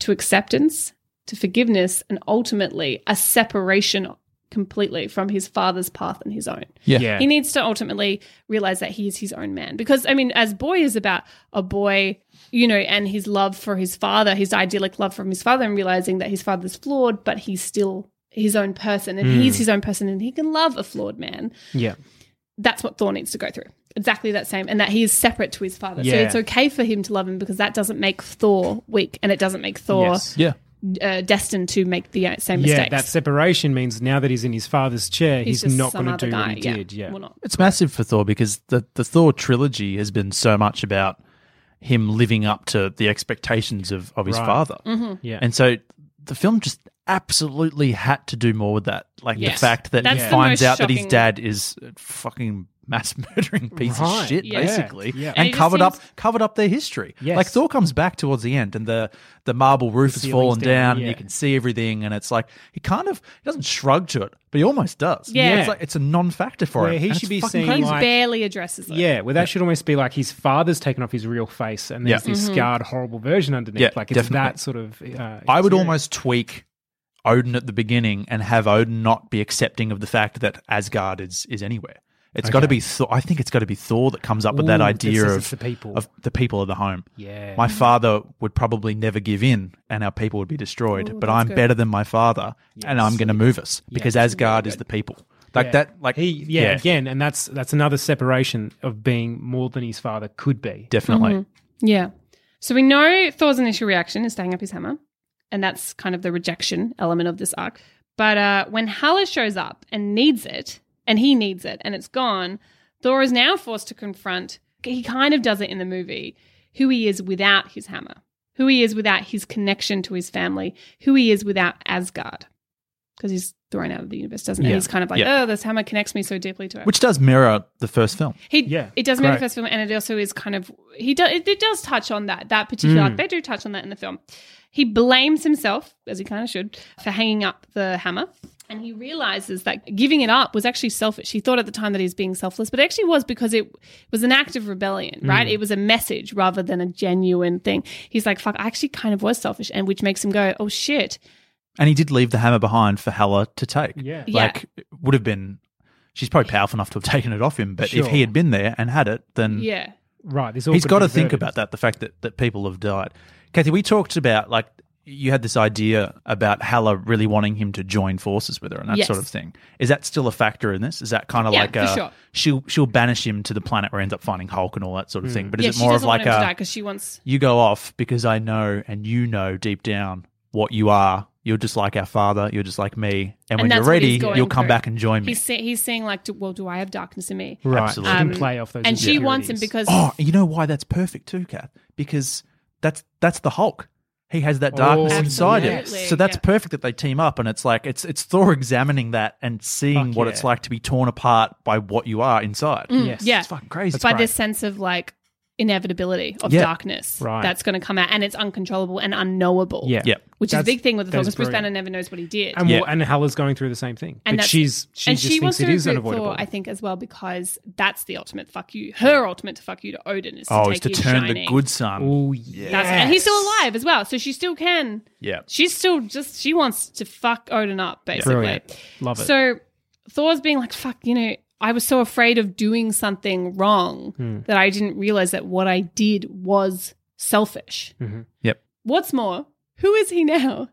Speaker 2: to acceptance to forgiveness and ultimately a separation completely from his father's path and his own.
Speaker 4: Yeah.
Speaker 5: Yeah.
Speaker 2: He needs to ultimately realize that he is his own man. Because, I mean, as boy is about a boy, you know, and his love for his father, his idyllic love from his father, and realizing that his father's flawed, but he's still his own person and
Speaker 5: Mm.
Speaker 2: he's his own person and he can love a flawed man.
Speaker 5: Yeah.
Speaker 2: That's what Thor needs to go through. Exactly that same. And that he is separate to his father. So
Speaker 5: Yeah.
Speaker 2: it's okay for him to love him because that doesn't make Thor weak and it doesn't make Thor
Speaker 5: Yes.
Speaker 4: Yeah.
Speaker 2: uh, destined to make the uh, same
Speaker 5: Yeah,
Speaker 2: mistakes.
Speaker 5: that separation means now that he's in his father's chair, he's,
Speaker 2: just
Speaker 5: not
Speaker 2: some
Speaker 5: going to
Speaker 2: other
Speaker 5: do
Speaker 2: guy,
Speaker 5: what he did. Yeah.
Speaker 2: Well, not.
Speaker 4: It's massive for Thor because the, the Thor trilogy has been so much about him living up to the expectations of, of his
Speaker 5: Right.
Speaker 4: father.
Speaker 2: Mm-hmm.
Speaker 5: Yeah.
Speaker 4: And so the film just absolutely had to do more with that. Like
Speaker 2: Yes.
Speaker 4: the fact that
Speaker 2: That's
Speaker 4: he
Speaker 2: the
Speaker 4: finds
Speaker 2: most
Speaker 4: out that his
Speaker 2: shocking-
Speaker 4: dad is a fucking mass murdering piece
Speaker 5: Right.
Speaker 4: of shit,
Speaker 2: Yeah.
Speaker 4: basically.
Speaker 5: Yeah.
Speaker 2: And
Speaker 4: And,
Speaker 2: it just
Speaker 4: covered up
Speaker 2: seems-
Speaker 4: covered up their history.
Speaker 5: Yes.
Speaker 4: Like Thor comes back towards the end and the, the marble roof has
Speaker 5: ceiling's
Speaker 4: fallen down,
Speaker 5: down,
Speaker 4: and
Speaker 5: yeah.
Speaker 4: you can see everything and it's like he kind of he doesn't shrug to it, but he almost does.
Speaker 2: Yeah.
Speaker 4: It's like it's a non factor for
Speaker 5: Where
Speaker 4: him.
Speaker 5: he
Speaker 4: and
Speaker 5: should
Speaker 4: it's
Speaker 5: be
Speaker 4: fucking
Speaker 5: seen
Speaker 4: crazy.
Speaker 2: He
Speaker 5: like-
Speaker 2: barely addresses it.
Speaker 5: Yeah, well, that should almost be like his father's taken off his real face, and there's
Speaker 4: Yeah.
Speaker 5: this
Speaker 2: Mm-hmm.
Speaker 5: scarred, horrible version underneath.
Speaker 4: Yeah,
Speaker 5: like it's
Speaker 4: definitely.
Speaker 5: that sort of. Uh,
Speaker 4: I would
Speaker 5: experience.
Speaker 4: almost tweak Odin at the beginning and have Odin not be accepting of the fact that Asgard is is anywhere. It's got to be. Thor, I think it's got to be Thor that comes up with that
Speaker 5: Ooh,
Speaker 4: idea
Speaker 5: this is
Speaker 4: of
Speaker 5: the people.
Speaker 4: of the people of the home.
Speaker 5: Yeah.
Speaker 4: my father would probably never give in, and our people would be destroyed. but I'm better than my father, and I'm going to move us because Asgard is the people. Like
Speaker 5: Yeah.
Speaker 4: that. Like
Speaker 5: he, yeah, again, and that's that's another separation of being more than his father could be.
Speaker 4: definitely.
Speaker 2: Yeah. So we know Thor's initial reaction is staying up his hammer, and that's kind of the rejection element of this arc. But uh, when Hela shows up and needs it, and he needs it, and it's gone, Thor is now forced to confront. He kind of does it in the movie. Who he is without his hammer, who he is without his connection to his family, who he is without Asgard, because he's thrown out of the universe, doesn't he?
Speaker 4: Yeah.
Speaker 2: He's kind of like,
Speaker 4: Yeah.
Speaker 2: oh, this hammer connects me so deeply to it.
Speaker 4: Which does mirror the first film.
Speaker 2: He
Speaker 5: Yeah,
Speaker 2: it does
Speaker 5: great.
Speaker 2: manifest film, and it also is kind of he does it, it does touch on that that particular
Speaker 4: Mm.
Speaker 2: arc. They do touch on that in the film. He blames himself, as he kind of should, for hanging up the hammer, and he realizes that giving it up was actually selfish. He thought at the time that he was being selfless, but it actually was because it was an act of rebellion,
Speaker 4: Mm.
Speaker 2: right? It was a message rather than a genuine thing. He's like, "Fuck, I actually kind of was selfish," and which makes him go, "Oh shit,
Speaker 4: And he did leave the hammer behind for Hela to take.
Speaker 5: Yeah.
Speaker 2: Yeah.
Speaker 4: Like, it would have been, she's probably powerful enough to have taken it off him, but
Speaker 5: Sure.
Speaker 4: if he had been there and had it, then
Speaker 2: yeah."
Speaker 5: Right. This all
Speaker 4: he's
Speaker 5: could
Speaker 4: got to
Speaker 5: be
Speaker 4: think
Speaker 5: averted.
Speaker 4: about that the fact that, that people have died. Kathy, we talked about, like, you had this idea about Hela really wanting him to join forces with her and that
Speaker 2: Yes.
Speaker 4: sort of thing. Is that still a factor in this? Is that kind of
Speaker 2: Yeah,
Speaker 4: like
Speaker 2: for
Speaker 4: a,
Speaker 2: sure.
Speaker 4: she'll she'll banish him to the planet where he ends up finding Hulk and all that
Speaker 5: Hmm.
Speaker 4: sort of thing? But is
Speaker 2: yeah,
Speaker 4: it
Speaker 2: she
Speaker 4: more of
Speaker 2: doesn't
Speaker 4: like
Speaker 2: want him to
Speaker 4: a
Speaker 2: die because she wants
Speaker 4: you go off because I know and you know deep down what you are. You're just like our father. You're just like me. And, when you're
Speaker 2: that's what he's
Speaker 4: ready,
Speaker 2: going
Speaker 4: you'll come
Speaker 2: through.
Speaker 4: back and join me.
Speaker 2: He's, say, he's saying like, do, well, do I have darkness in me?
Speaker 5: Right.
Speaker 4: Absolutely.
Speaker 5: She can
Speaker 2: Um,
Speaker 5: play off those.
Speaker 2: and she wants him
Speaker 5: insecurities.
Speaker 2: because
Speaker 4: Oh, you know why that's perfect too, Kath? Because that's that's the Hulk. He has that darkness
Speaker 5: Oh,
Speaker 4: inside him.
Speaker 2: absolutely,
Speaker 4: So that's
Speaker 2: yeah.
Speaker 4: perfect that they team up and it's like it's it's Thor examining that and seeing
Speaker 5: Fuck
Speaker 4: what
Speaker 5: yeah.
Speaker 4: it's like to be torn apart by what you are inside.
Speaker 5: Yes.
Speaker 2: Mm, yeah,
Speaker 4: It's fucking crazy.
Speaker 2: by this sense of like inevitability of
Speaker 4: Yeah.
Speaker 2: darkness
Speaker 5: Right.
Speaker 2: that's going to come out, and it's uncontrollable and unknowable.
Speaker 5: Yeah.
Speaker 4: Yeah.
Speaker 2: which is a
Speaker 5: That's-
Speaker 2: big thing with the
Speaker 5: that
Speaker 2: Thor
Speaker 5: is
Speaker 2: because Bruce
Speaker 5: brilliant.
Speaker 2: Banner never knows what he did,
Speaker 5: And,
Speaker 4: Yeah.
Speaker 5: well, and Hella's going through the same thing,
Speaker 2: And
Speaker 5: but
Speaker 2: that's-
Speaker 5: she's she
Speaker 2: and
Speaker 5: just
Speaker 2: she wants
Speaker 5: thinks
Speaker 2: to
Speaker 5: it is
Speaker 2: recruit
Speaker 5: unavoidable.
Speaker 2: Thor, I think, as well because that's the ultimate fuck you. Her ultimate fuck you to Odin is to
Speaker 4: oh,
Speaker 2: take
Speaker 4: it's to
Speaker 2: his
Speaker 4: turn
Speaker 2: shining.
Speaker 4: the good son.
Speaker 5: Oh yeah.
Speaker 2: That's, And he's still alive as well, so she still can.
Speaker 4: Yeah.
Speaker 5: Mm.
Speaker 2: She's still just she wants to fuck Odin up basically.
Speaker 5: Brilliant. Love it.
Speaker 2: So Thor's being like, fuck, you know, I was so afraid of doing something wrong
Speaker 5: Hmm.
Speaker 2: that I didn't realize that what I did was selfish.
Speaker 5: Mm-hmm.
Speaker 4: Yep.
Speaker 2: What's more, who is he now?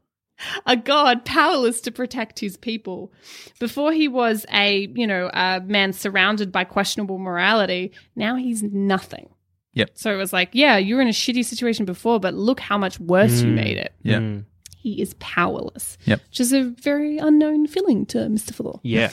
Speaker 2: A god powerless to protect his people. Before he was a, you know, a man surrounded by questionable morality. Now he's nothing.
Speaker 4: Yep.
Speaker 5: Hmm.
Speaker 2: So it was like, yeah, you were in a shitty situation before, but look how much worse you made it.
Speaker 4: Yeah.
Speaker 2: he is powerless.
Speaker 4: Yep.
Speaker 2: Which is a very unknown feeling to Mr. Fuller.
Speaker 5: Yeah.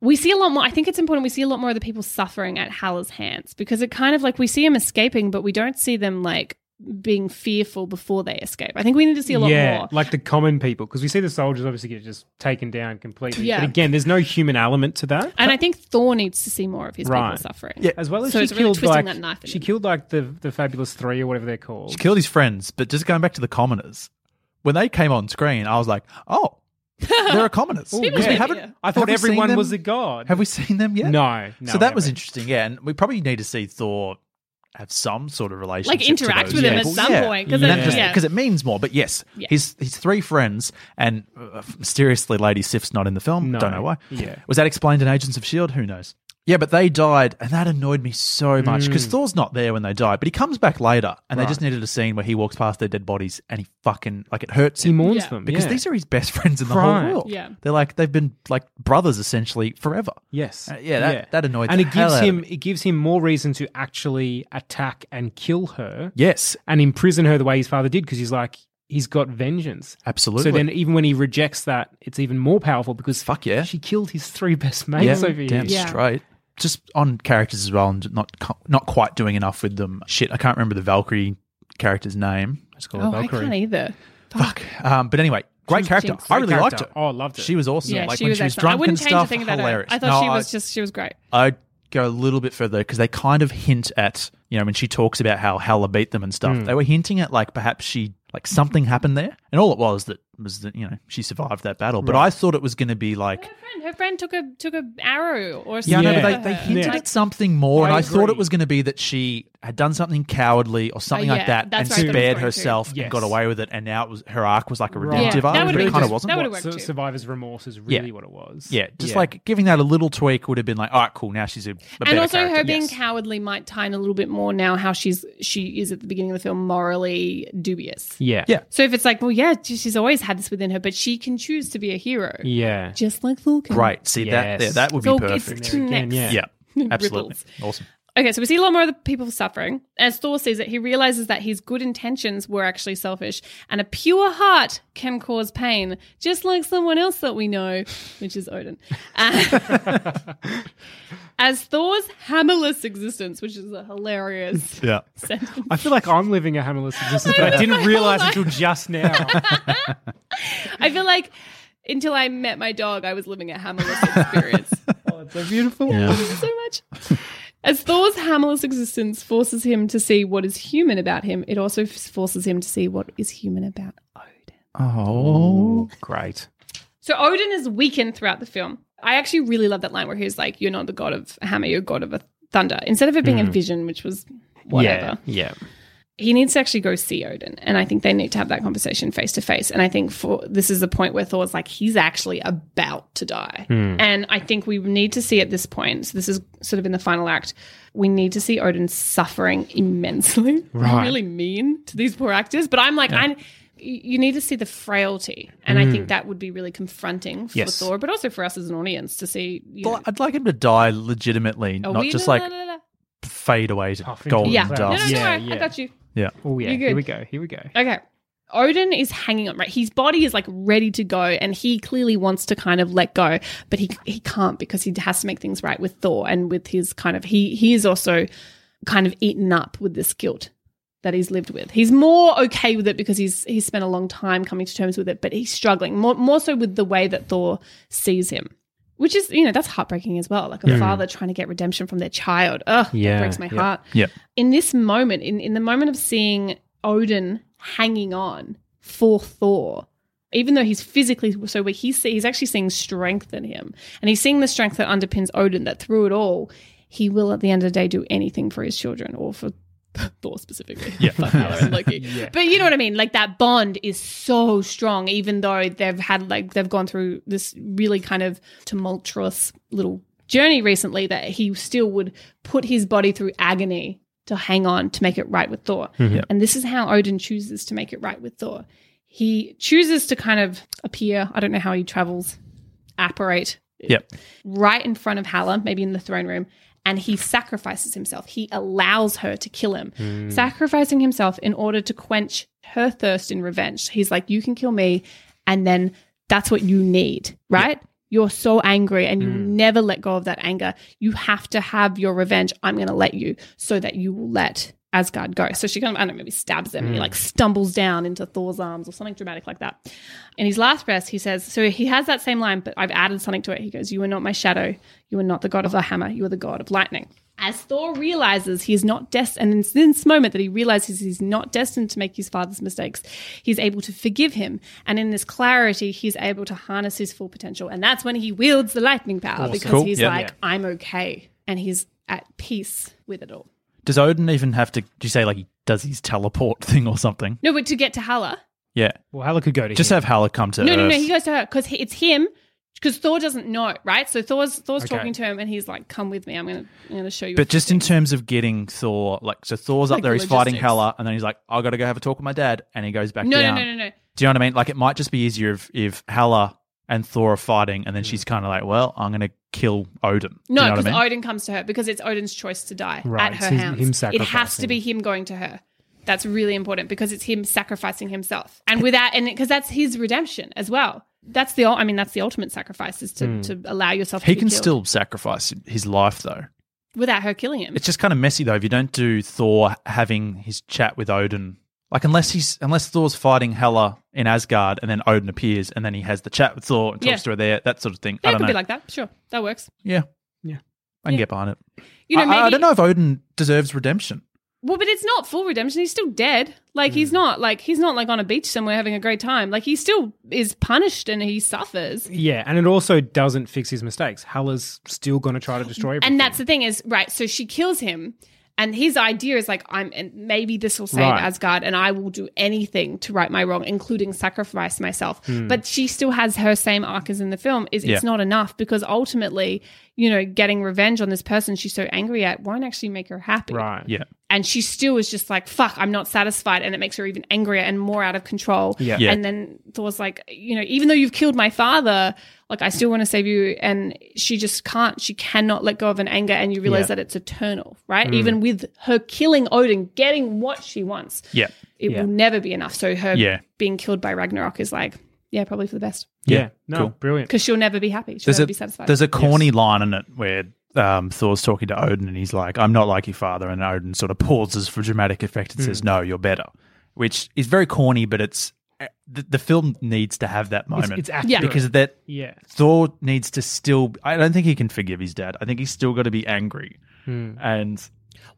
Speaker 2: We see a lot more. I think it's important we see a lot more of the people suffering at Haller's hands because it kind of like we see them escaping, but we don't see them like being fearful before they escape. I think we need to see a lot
Speaker 5: yeah,
Speaker 2: more.
Speaker 5: like the common people, because we see the soldiers obviously get just taken down completely.
Speaker 2: Yeah.
Speaker 5: But again, there's no human element to that.
Speaker 2: and I think Thor needs to see more of his
Speaker 5: Right.
Speaker 2: people suffering.
Speaker 5: As well as
Speaker 2: So
Speaker 5: she
Speaker 2: it's really
Speaker 5: killed
Speaker 2: twisting
Speaker 5: like
Speaker 2: that knife in
Speaker 5: she
Speaker 2: him.
Speaker 5: killed like the the fabulous three or whatever they're called.
Speaker 4: She killed his friends, but just going back to the commoners, when they came on screen, I was like, oh, there are commoners.
Speaker 2: Ooh,
Speaker 4: Because
Speaker 2: yeah.
Speaker 4: we haven't,
Speaker 2: Yeah.
Speaker 5: I thought
Speaker 4: have we seen
Speaker 5: everyone
Speaker 4: them-
Speaker 5: was a god.
Speaker 4: Have we seen them yet?
Speaker 5: No, no,
Speaker 4: so that was
Speaker 5: we haven't.
Speaker 4: interesting, yeah. And we probably need to see Thor have some sort of relationship.
Speaker 2: Like interact
Speaker 4: to those
Speaker 2: with him at
Speaker 4: people.
Speaker 2: some
Speaker 4: yeah.
Speaker 2: point. Because
Speaker 5: Yeah.
Speaker 4: And that just-
Speaker 2: yeah.
Speaker 4: 'cause it means more. But yes,
Speaker 2: Yeah.
Speaker 4: his his three friends and uh, mysteriously Lady Sif's not in the film.
Speaker 5: No.
Speaker 4: Don't know why.
Speaker 5: Yeah.
Speaker 4: was that explained in Agents of Shield? E Who knows? Mm. Yeah, but they died, and that annoyed me so much because Thor's not there when they die, but he comes back later, and they just needed a scene where he walks past their dead bodies and he fucking like it hurts
Speaker 5: He
Speaker 4: him
Speaker 5: mourns
Speaker 2: Yeah.
Speaker 5: them
Speaker 4: because
Speaker 5: yeah.
Speaker 4: these are his best friends in the
Speaker 5: Right.
Speaker 4: whole world.
Speaker 2: Yeah.
Speaker 4: they're like they've been like brothers essentially forever.
Speaker 5: Yes.
Speaker 4: Uh, yeah, that- that annoyed
Speaker 5: And
Speaker 4: the
Speaker 5: it
Speaker 4: hell
Speaker 5: gives
Speaker 4: out of
Speaker 5: him
Speaker 4: me.
Speaker 5: it gives him more reason to actually attack and kill her
Speaker 4: Yes,
Speaker 5: and imprison her the way his father did because he's like he's got vengeance.
Speaker 4: absolutely.
Speaker 5: So then even when he rejects that, it's even more powerful because
Speaker 4: Fuck yeah.
Speaker 5: she killed his three best mates
Speaker 4: yeah,
Speaker 5: over
Speaker 4: damn
Speaker 5: years.
Speaker 4: straight. Just on characters as well, and not co- not quite doing enough with them. Shit, I can't remember the Valkyrie character's name. Let's call
Speaker 2: Oh, I can't either.
Speaker 4: Fuck. Um, but anyway, great
Speaker 2: was
Speaker 4: character.
Speaker 2: jinxed.
Speaker 4: I really
Speaker 5: Great
Speaker 4: liked her.
Speaker 5: character. Oh, I loved her.
Speaker 4: She was awesome.
Speaker 2: Yeah,
Speaker 4: like
Speaker 2: she
Speaker 4: when
Speaker 2: was
Speaker 4: she was
Speaker 2: excellent. I
Speaker 4: drunk
Speaker 2: wouldn't
Speaker 4: and
Speaker 2: change
Speaker 4: stuff.
Speaker 2: a thing about
Speaker 4: hilarious.
Speaker 2: her. I thought
Speaker 4: No,
Speaker 2: she was
Speaker 4: I-
Speaker 2: just she was great.
Speaker 4: I'd go a little bit further because they kind of hint at you know when she talks about how Hella beat them and stuff.
Speaker 2: Hmm.
Speaker 4: They were hinting at like perhaps she like something happened there, and all it was that was that you know she survived that battle. But I thought it was going to be like.
Speaker 2: Her friend, her friend took a took a arrow or
Speaker 4: Yeah,
Speaker 2: something.
Speaker 4: I know,
Speaker 5: Yeah.
Speaker 4: but they, they
Speaker 2: at her.
Speaker 4: hinted
Speaker 5: Yeah.
Speaker 4: at something more, and
Speaker 5: I
Speaker 4: I thought
Speaker 5: agree.
Speaker 4: it was going to be that she had done something cowardly or something like
Speaker 2: yeah,
Speaker 4: that, and
Speaker 2: that's what I thought it was
Speaker 4: spared
Speaker 2: going to.
Speaker 4: herself
Speaker 5: Yes.
Speaker 4: and got away with it. And now it was her arc was like a
Speaker 5: Right.
Speaker 4: redemptive
Speaker 2: Yeah, that
Speaker 4: arc,
Speaker 2: would've
Speaker 4: but it
Speaker 2: been
Speaker 4: kind of
Speaker 2: just-
Speaker 4: wasn't.
Speaker 2: that would've
Speaker 5: What
Speaker 2: worked
Speaker 5: su-
Speaker 2: too.
Speaker 5: survivor's remorse is really
Speaker 4: Yeah.
Speaker 5: what it was.
Speaker 4: Yeah, just like giving that a little tweak would have been like, all right, cool. Now she's a, a
Speaker 2: and
Speaker 4: better
Speaker 2: also
Speaker 4: character.
Speaker 2: her being
Speaker 4: Yes.
Speaker 2: cowardly might tie in a little bit more now how she's she is at the beginning of the film morally dubious.
Speaker 5: yeah,
Speaker 4: Yeah.
Speaker 2: So if it's like, well, yeah, she's always had this within her, but she can choose to be a hero,
Speaker 5: yeah.
Speaker 2: just like Vulcan.
Speaker 4: great. See that
Speaker 5: Yes.
Speaker 4: there, that would
Speaker 2: So
Speaker 4: be
Speaker 2: it's
Speaker 4: perfect.
Speaker 2: two
Speaker 5: Again,
Speaker 2: necks.
Speaker 5: yeah.
Speaker 4: Yeah, absolutely,
Speaker 2: Ripples.
Speaker 4: awesome.
Speaker 2: Okay, so we see a lot more of the people suffering. As Thor sees it, he realizes that his good intentions were actually selfish, and a pure heart can cause pain, just like someone else that we know, which is Odin. Uh, as Thor's hammerless existence, which is a hilarious
Speaker 4: Yeah,
Speaker 2: sentence.
Speaker 5: I feel like I'm living a hammerless existence, but I didn't realize until just now.
Speaker 2: I feel like until I met my dog, I was living a hammerless experience.
Speaker 5: oh, it's so beautiful.
Speaker 2: so much. As Thor's hammerless existence forces him to see what is human about him, it also f- forces him to see what is human about Odin.
Speaker 4: Oh,
Speaker 5: Great.
Speaker 2: So Odin is weakened throughout the film. I actually really love that line where he's like, "You're not the god of hammer, you're god of a thunder." Instead of it being a vision, which was whatever,
Speaker 5: Yeah,
Speaker 2: he needs to actually go see Odin, and I think they need to have that conversation face to face. And I think for this is the point where Thor's like, he's actually about to die,
Speaker 5: Hmm.
Speaker 2: and I think we need to see at this point. So this is sort of in the final act. We need to see Odin suffering immensely.
Speaker 5: Right.
Speaker 2: Really mean to these poor actors, but I'm like, I. You need to see the frailty, and I think that would be really confronting for
Speaker 5: Hmm. Yes.
Speaker 2: Thor, but also for us as an audience to see. You know,
Speaker 4: I'd like him to die legitimately,
Speaker 2: are
Speaker 4: not
Speaker 2: we-
Speaker 4: just
Speaker 2: la-
Speaker 4: like
Speaker 2: la- la- la-
Speaker 4: fade away to
Speaker 5: Puff into
Speaker 4: golden
Speaker 2: yeah,
Speaker 5: the
Speaker 2: no, no,
Speaker 4: dust.
Speaker 2: no,
Speaker 5: Yeah,
Speaker 2: I- I
Speaker 5: yeah.
Speaker 2: got you.
Speaker 4: Yeah,
Speaker 5: Oh yeah.
Speaker 2: You're good.
Speaker 5: Here we go. Here we go.
Speaker 2: Okay. Odin is hanging on, right? His body is like ready to go, and he clearly wants to kind of let go, but he he can't because he has to make things right with Thor and with his kind of he he is also kind of eaten up with this guilt that he's lived with. He's more okay with it because he's he's spent a long time coming to terms with it, but he's struggling more more so with the way that Thor sees him, which is you know that's heartbreaking as well. Like a father trying to get redemption from their child. Ugh,
Speaker 5: Yeah,
Speaker 2: it breaks my
Speaker 5: yeah.
Speaker 2: heart
Speaker 4: yeah.
Speaker 2: in this moment, in, in the moment of seeing Odin hanging on for Thor, even though he's physically so weak, he's, he's actually seeing strength in him. And he's seeing the strength that underpins Odin, that through it all, he will at the end of the day do anything for his children or for Thor specifically. Yeah. and Loki. But you know what I mean? Like that bond is so strong, even though they've had like they've gone through this really kind of tumultuous little journey recently that he still would put his body through agony to hang on to make it right with Thor. And this is how Odin chooses to make it right with Thor. He chooses to kind of appear, I don't know how he travels, apparate
Speaker 4: Yep.
Speaker 2: right in front of Halla, maybe in the throne room, and he sacrifices himself. He allows her to kill him, sacrificing himself in order to quench her thirst in revenge. He's like, You can kill me, and then that's what you need, right? You're so angry and you never let go of that anger. You have to have your revenge. I'm going to let you so that you will let Asgard go. So she kind of, I don't know, maybe stabs him and
Speaker 4: Hmm.
Speaker 2: he like stumbles down into Thor's arms or something dramatic like that. In his last breath, he says, So he has that same line, but I've added something to it. He goes, You are not my shadow. You are not the god of the hammer. You are the god of lightning. As Thor realizes he is not destined, and it's in this moment that he realizes he's not destined to make his father's mistakes, he's able to forgive him. And in this clarity, he's able to harness his full potential. And that's when he wields the lightning power because
Speaker 4: Cool.
Speaker 2: he's
Speaker 4: Yeah.
Speaker 2: like, I'm okay. And he's at peace with it all.
Speaker 4: Does Odin even have to? Do you say like he does his teleport thing or something?
Speaker 2: No, but to get to Hala,
Speaker 4: Yeah,
Speaker 5: Well, Hela could go to
Speaker 4: just
Speaker 5: him.
Speaker 4: have Hela come to
Speaker 2: No,
Speaker 4: Earth.
Speaker 2: no, no. He goes to her because it's him. Because Thor doesn't know, right? So Thor's Thor's
Speaker 5: Okay.
Speaker 2: talking to him, and he's like, "Come with me. I'm gonna I'm gonna show you." a
Speaker 4: But
Speaker 2: few
Speaker 4: just in
Speaker 2: things."
Speaker 4: terms of getting Thor, like so Thor's
Speaker 2: Like
Speaker 4: up there,
Speaker 2: the
Speaker 4: he's fighting
Speaker 2: logistics.
Speaker 4: Hela, and then he's like, "I got to go have a talk with my dad," and he goes back
Speaker 2: no, no,
Speaker 4: down.
Speaker 2: no, no, no.
Speaker 4: Do you know what I mean? Like it might just be easier if if Hela and Thor are fighting, and then she's kind of like, "Well, I'm going to kill Odin." Do you
Speaker 2: No,
Speaker 4: know
Speaker 2: because
Speaker 4: what I mean?
Speaker 2: Odin comes to her because it's Odin's choice to die
Speaker 5: Right,
Speaker 2: at her
Speaker 5: it's his- him
Speaker 2: hands. It has to
Speaker 5: sacrificing.
Speaker 2: be him going to her. That's really important because it's him sacrificing himself, and without, and because that's his redemption as well. That's the, ul- I mean, that's the ultimate sacrifice is to, to allow yourself.
Speaker 4: Hmm. he
Speaker 2: to be
Speaker 4: can
Speaker 2: killed
Speaker 4: still sacrifice his life though.
Speaker 2: without her killing him.
Speaker 4: It's just kind of messy though if you don't do Thor having his chat with Odin. Like unless he's unless Thor's fighting Hela in Asgard and then Odin appears and then he has the chat with Thor and talks
Speaker 2: Yeah.
Speaker 4: to her there, that sort of thing. I
Speaker 2: yeah, it
Speaker 4: don't
Speaker 2: could
Speaker 4: know.
Speaker 2: be like that. Sure, that works.
Speaker 4: yeah.
Speaker 5: Yeah.
Speaker 4: I can get behind it.
Speaker 2: You know,
Speaker 4: I-
Speaker 2: maybe
Speaker 4: I, I don't know if Odin deserves redemption.
Speaker 2: Well, but it's not full redemption. He's still dead. Like
Speaker 5: Hmm.
Speaker 2: he's not like he's not like on a beach somewhere having a great time. Like he still is punished and he suffers.
Speaker 5: Yeah, and it also doesn't fix his mistakes. Hela's still going to try to destroy everything.
Speaker 2: And that's the thing is right. So she kills him, and his idea is like I'm. And maybe this will save
Speaker 5: Right.
Speaker 2: Asgard, and I will do anything to right my wrong, including sacrifice myself.
Speaker 5: Hmm.
Speaker 2: But she still has her same arc as in the film. Is
Speaker 4: Yeah.
Speaker 2: it's not enough because ultimately, you know, getting revenge on this person she's so angry at won't actually make her happy.
Speaker 5: right.
Speaker 4: Yeah.
Speaker 2: and she still is just like fuck i'm not satisfied and it makes her even angrier and more out of control
Speaker 5: Yeah.
Speaker 4: Yeah.
Speaker 2: and then thor's like you know even though you've killed my father like i still want to save you and she just can't she cannot let go of an anger and you realize
Speaker 4: Yeah. Mm.
Speaker 2: that it's eternal right even with her killing odin getting what she wants
Speaker 4: Yeah.
Speaker 2: it
Speaker 5: Yeah.
Speaker 2: will never be enough so her
Speaker 4: Yeah.
Speaker 2: being killed by ragnarok is like yeah probably for the best
Speaker 5: Yeah.
Speaker 4: Yeah,
Speaker 5: No,
Speaker 4: cool.
Speaker 5: brilliant.
Speaker 2: because she'll never be happy she'll
Speaker 4: There's
Speaker 2: never
Speaker 4: a
Speaker 2: be satisfied
Speaker 4: there's a corny line in it where um, Thor's talking to Odin and he's like, I'm not like your father and Odin sort of pauses for dramatic effect
Speaker 5: Hmm.
Speaker 4: and says, No, you're better. Which is very corny, but it's uh, the, the film needs to have that moment.
Speaker 5: it's
Speaker 2: Yeah.
Speaker 5: accurate.
Speaker 4: because that
Speaker 5: Yeah.
Speaker 4: Thor needs to still. I don't think he can forgive his dad. I think he's still got to be angry,
Speaker 5: Hmm.
Speaker 4: and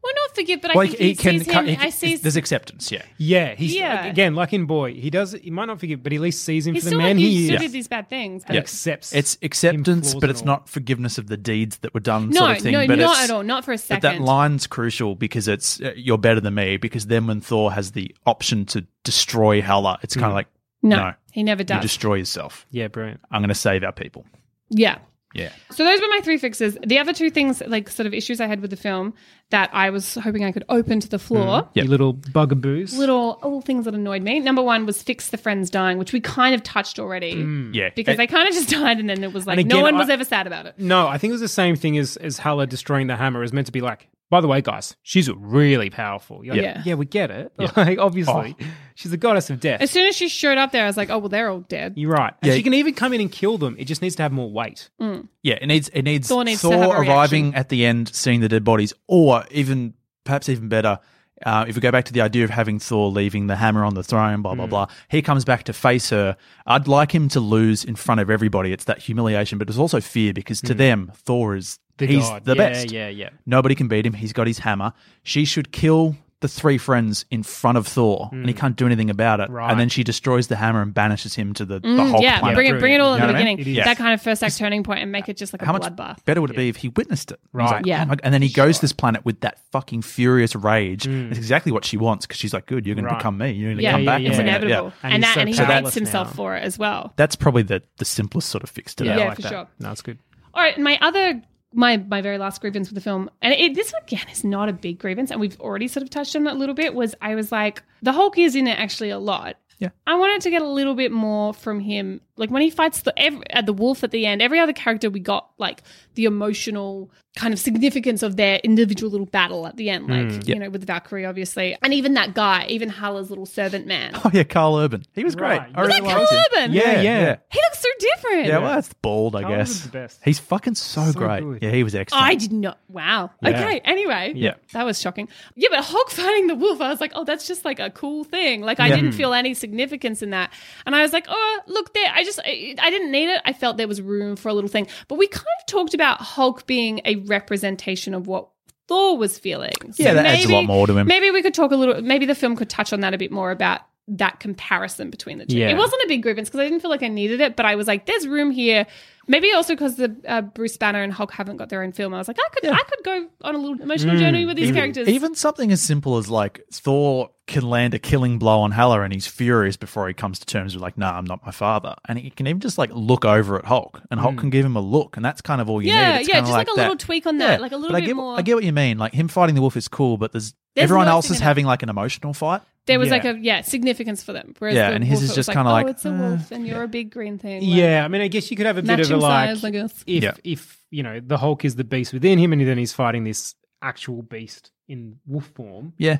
Speaker 2: well not forgive but i
Speaker 4: like
Speaker 2: think
Speaker 4: he,
Speaker 2: he,
Speaker 4: can.
Speaker 2: sees
Speaker 4: can- he
Speaker 2: him i
Speaker 4: can-
Speaker 2: see
Speaker 4: there's acceptance. Yeah,
Speaker 5: Yeah, he's
Speaker 2: Yeah.
Speaker 5: again like in Boy. He does. He might not forgive, but he at least sees him
Speaker 2: he's
Speaker 5: for
Speaker 2: still
Speaker 5: the
Speaker 2: like
Speaker 5: man
Speaker 2: you
Speaker 5: he
Speaker 2: still
Speaker 5: is.
Speaker 2: did these bad things
Speaker 5: And accepts.
Speaker 4: it's
Speaker 5: him
Speaker 4: acceptance,
Speaker 5: flaws
Speaker 4: but
Speaker 5: and
Speaker 4: it's
Speaker 5: all.
Speaker 4: not forgiveness of the deeds that were done.
Speaker 2: No,
Speaker 4: sort of thing,
Speaker 2: no,
Speaker 4: but
Speaker 2: not
Speaker 4: it's-
Speaker 2: at all. Not for a
Speaker 4: But
Speaker 2: second.
Speaker 4: that line's crucial because it's uh, you're better than me. Because then when Thor has the option to destroy Hela, it's
Speaker 5: Hmm.
Speaker 4: kind of like
Speaker 2: No,
Speaker 4: no,
Speaker 2: he never
Speaker 4: you
Speaker 2: does.
Speaker 4: destroy yourself.
Speaker 5: Yeah, brilliant.
Speaker 4: I'm going to save our people.
Speaker 2: yeah.
Speaker 4: Yeah,
Speaker 2: So those were my three fixes. The other two things, like sort of issues I had with the film that I was hoping I could open to the floor.
Speaker 4: Yep.
Speaker 5: Your little bugaboos.
Speaker 2: Little little things that annoyed me. Number one was fix the friends dying, which we kind of touched already
Speaker 5: Hmm.
Speaker 4: yeah.
Speaker 2: because
Speaker 4: Uh,
Speaker 2: they kind of just died, and then it was like
Speaker 5: And
Speaker 2: no
Speaker 5: again,
Speaker 2: one was
Speaker 5: I-
Speaker 2: ever sad about it.
Speaker 5: No, I think it was the same thing as as Hela destroying the hammer is meant to be like. By the way, guys, she's really powerful. You're like,
Speaker 2: Yeah.
Speaker 5: yeah. we get it. Like, obviously,
Speaker 4: Oh.
Speaker 5: she's the goddess of death.
Speaker 2: As soon as she showed up there, I was like, oh well, they're all dead.
Speaker 5: You're right. And
Speaker 4: Yeah.
Speaker 5: she can even come in and kill them. It just needs to have more weight.
Speaker 2: Mm.
Speaker 4: Yeah, it needs it needs
Speaker 2: Thor
Speaker 4: Thor,
Speaker 2: needs to have a
Speaker 4: arriving at the end, seeing the dead bodies, or even perhaps even better, uh, if we go back to the idea of having Thor leaving the hammer on the throne,
Speaker 5: Hmm.
Speaker 4: blah blah blah. He comes back to face her. I'd like him to lose in front of everybody. It's that humiliation, but it's also fear because to them, Thor is
Speaker 5: Hmm. The
Speaker 4: he's
Speaker 5: god.
Speaker 4: the
Speaker 5: Yeah,
Speaker 4: best.
Speaker 5: yeah, yeah.
Speaker 4: Nobody can beat him. He's got his hammer. She should kill. The three friends in front of Thor, and he can't do anything about it.
Speaker 5: Hmm. Right.
Speaker 4: And then she destroys the hammer and banishes him to the, the
Speaker 2: Mm,
Speaker 4: whole
Speaker 2: yeah,
Speaker 4: planet.
Speaker 2: bring it, bring it all
Speaker 5: You
Speaker 2: at the
Speaker 5: know what I mean?
Speaker 2: beginning.
Speaker 5: It is.
Speaker 2: That kind of first act turning point, and make it just like
Speaker 4: how
Speaker 2: a
Speaker 4: much
Speaker 2: bloodbath.
Speaker 4: better would it be if he witnessed it? And he's
Speaker 5: Right.
Speaker 4: like,
Speaker 2: Yeah.
Speaker 4: "Oh my-" and then he goes to this planet with that fucking furious rage. It's exactly what she wants because she's like, good, you're going
Speaker 5: Mm. Right.
Speaker 4: to become me. You're going to
Speaker 2: Yeah,
Speaker 4: come
Speaker 5: yeah,
Speaker 4: back.
Speaker 5: yeah,
Speaker 2: It's
Speaker 4: and we're gonna-"
Speaker 2: inevitable,
Speaker 4: yeah.
Speaker 2: and,
Speaker 5: And he's
Speaker 2: that
Speaker 5: so
Speaker 2: and he
Speaker 5: powerless
Speaker 2: hates himself
Speaker 5: now.
Speaker 2: for it as well.
Speaker 4: That's probably the, the simplest sort of fix to
Speaker 5: Yeah,
Speaker 4: that.
Speaker 5: I
Speaker 2: Yeah,
Speaker 5: like
Speaker 2: for
Speaker 5: that.
Speaker 2: sure.
Speaker 5: No, it's good.
Speaker 2: All right, my other my my very last grievance with the film, and it, this again is not a big grievance, and we've already sort of touched on that a little bit. Was I was like the Hulk is in it actually a lot.
Speaker 4: Yeah.
Speaker 2: I wanted to get a little bit more from him, uh, like when he fights the ev at the wolf at the end. Every other character we got like the emotional kind of significance of their individual little battle at the end, like you know, with Valkyrie, obviously, and even that guy, even Hala's little servant man.
Speaker 4: Oh yeah, Carl Urban. He was great.
Speaker 5: Right.
Speaker 4: I really
Speaker 2: that
Speaker 4: liked
Speaker 2: Carl
Speaker 4: him.
Speaker 2: Urban?
Speaker 4: Yeah, yeah,
Speaker 5: Yeah,
Speaker 4: yeah.
Speaker 5: yeah.
Speaker 2: He looks so different.
Speaker 4: well, that's bald, I
Speaker 5: Carl
Speaker 4: guess.
Speaker 5: Urban's the best.
Speaker 4: He's fucking so,
Speaker 5: So
Speaker 4: great.
Speaker 5: good.
Speaker 4: Yeah, he was excellent.
Speaker 2: I did not. Wow.
Speaker 5: Yeah.
Speaker 2: Okay. Anyway.
Speaker 4: Yeah.
Speaker 2: That was shocking. Yeah, but Hulk fighting the wolf, I was like, oh, that's just like a cool thing. Like I
Speaker 4: Yeah. Hmm.
Speaker 2: didn't feel any significance in that, and I was like, oh, look there. I just I, I didn't need it. I felt there was room for a little thing. But we kind of talked about Hulk being a representation of what Thor was feeling. So
Speaker 4: Yeah, that adds a lot more to him.
Speaker 2: Maybe we could talk a little. Maybe the film could touch on that a bit more about that comparison between the two.
Speaker 5: Yeah.
Speaker 2: It wasn't a big grievance because I didn't feel like I needed it, but I was like, "There's room here." Maybe also because the uh, Bruce Banner and Hulk haven't got their own film. I was like, I could, I could go on a little emotional journey with these characters.
Speaker 4: Mm, Even something as simple as like Thor can land a killing blow on Hela and he's furious before he comes to terms with like, nah, I'm not my father. And he can even just like look over at Hulk and Hulk can give him a look and that's kind of all you
Speaker 2: Hmm. Yeah,
Speaker 4: need. It's
Speaker 2: yeah,
Speaker 4: kinda
Speaker 2: just like a
Speaker 4: that-
Speaker 2: little tweak on that, like a little
Speaker 4: but I
Speaker 2: bit
Speaker 4: get,
Speaker 2: more-
Speaker 4: I get what you mean. Like him fighting the wolf is cool, but there's,
Speaker 2: There's
Speaker 4: everyone
Speaker 2: nothing
Speaker 4: else is
Speaker 2: in it.
Speaker 4: having like an emotional fight.
Speaker 2: there was
Speaker 4: Yeah.
Speaker 2: like a yeah significance for them. Whereas
Speaker 4: Yeah,
Speaker 2: the
Speaker 4: and his
Speaker 2: wolf,
Speaker 4: is
Speaker 2: it was
Speaker 4: just kinda like,
Speaker 2: oh, it's a
Speaker 4: uh,
Speaker 2: wolf and you're a big green thing. Like,
Speaker 5: Yeah, I mean, I guess you could have a bit of a
Speaker 2: Matching
Speaker 5: like,
Speaker 2: size, I guess.
Speaker 5: if
Speaker 4: Yeah.
Speaker 5: if you know the Hulk is the beast within him, and then he's fighting this actual beast in wolf form.
Speaker 4: Yeah.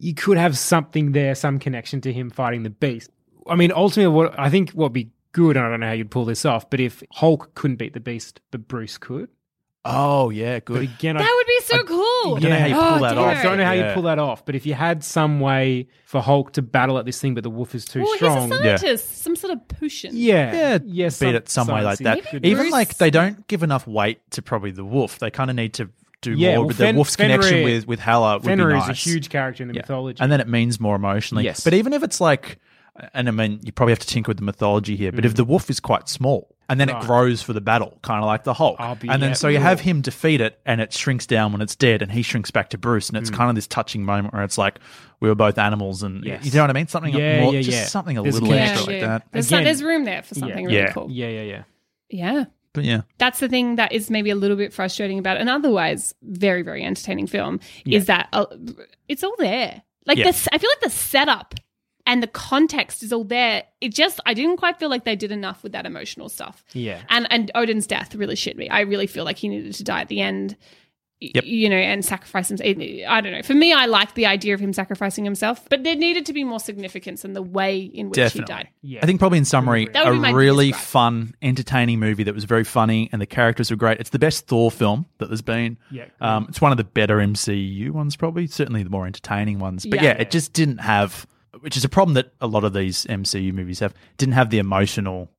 Speaker 5: You could have something there, some connection to him fighting the beast. I mean, ultimately, what I think what'd be good, and I don't know how you'd pull this off, but if Hulk couldn't beat the beast, but Bruce could.
Speaker 4: Oh yeah,
Speaker 5: But
Speaker 4: good.
Speaker 5: again,
Speaker 2: that
Speaker 5: I,
Speaker 2: would be so cool.
Speaker 4: I don't know how you
Speaker 2: Oh,
Speaker 4: pull that
Speaker 2: dear.
Speaker 4: off.
Speaker 5: I don't know how
Speaker 4: Yeah.
Speaker 5: you pull that off. But if you had some way for Hulk to battle at this thing, but the wolf is too
Speaker 2: Well,
Speaker 5: strong.
Speaker 2: he's a scientist, some sort of potion.
Speaker 5: yeah,
Speaker 4: Yeah,
Speaker 5: yeah,
Speaker 4: beat it some way like
Speaker 5: sciencey
Speaker 4: that.
Speaker 5: could-
Speaker 4: Even
Speaker 2: Bruce-
Speaker 4: like they don't give enough weight to probably the wolf. They kind of need to do
Speaker 5: Yeah,
Speaker 4: more
Speaker 5: well,
Speaker 4: with
Speaker 5: Fen-
Speaker 4: the wolf's connection
Speaker 5: Fenrir-
Speaker 4: with with Hela. Would be
Speaker 5: Fenrir is a
Speaker 4: nice.
Speaker 5: huge character in the mythology,
Speaker 4: And then it means more emotionally.
Speaker 5: Yes.
Speaker 4: But even if it's like, and I mean, you probably have to tinker with the mythology here, but if the wolf is quite small and then it
Speaker 5: Mm. Right.
Speaker 4: grows for the battle, kind of like the Hulk.
Speaker 5: I'll be-
Speaker 4: and then
Speaker 5: yeah,
Speaker 4: so you
Speaker 5: cool.
Speaker 4: have him defeat it and it shrinks down when it's dead and he shrinks back to Bruce. And it's
Speaker 5: Mm.
Speaker 4: kind of this touching moment where it's like, we were both animals and
Speaker 5: Yes.
Speaker 4: you know what I mean? Something
Speaker 5: Yeah,
Speaker 4: more,
Speaker 5: yeah,
Speaker 4: just
Speaker 5: yeah.
Speaker 4: something a
Speaker 5: There's a
Speaker 4: little
Speaker 2: yeah,
Speaker 4: extra
Speaker 5: connection.
Speaker 4: like
Speaker 2: yeah.
Speaker 4: that.
Speaker 2: There's, some,
Speaker 5: Again-
Speaker 2: there's room there for something really
Speaker 4: Yeah.
Speaker 2: cool.
Speaker 5: yeah, yeah, yeah.
Speaker 2: yeah.
Speaker 4: But yeah.
Speaker 2: that's the thing that is maybe a little bit frustrating about an otherwise very very entertaining film is that uh, it's all there like
Speaker 4: Yeah.
Speaker 2: this i feel like the setup and the context is all there it just i didn't quite feel like they did enough with that emotional stuff
Speaker 5: Yeah.
Speaker 2: and and odin's death really shit me i really feel like he needed to die at the end y-
Speaker 4: Yep.
Speaker 2: You know, and sacrifice himself. I don't know. For me, I like the idea of him sacrificing himself, but there needed to be more significance in the way in which
Speaker 4: Definitely.
Speaker 2: he died.
Speaker 5: Yeah.
Speaker 4: I think probably in summary,
Speaker 2: That would
Speaker 4: a
Speaker 2: be my
Speaker 4: really
Speaker 2: biggest gripe.
Speaker 4: fun, entertaining movie that was very funny and the characters were great. It's the best Thor film that there's been.
Speaker 5: Yeah, cool.
Speaker 4: um, it's one of the better MCU ones, probably certainly the more entertaining ones. But yeah.
Speaker 2: Yeah.
Speaker 4: it just didn't have, which is a problem that a lot of these MCU movies have, didn't have the emotional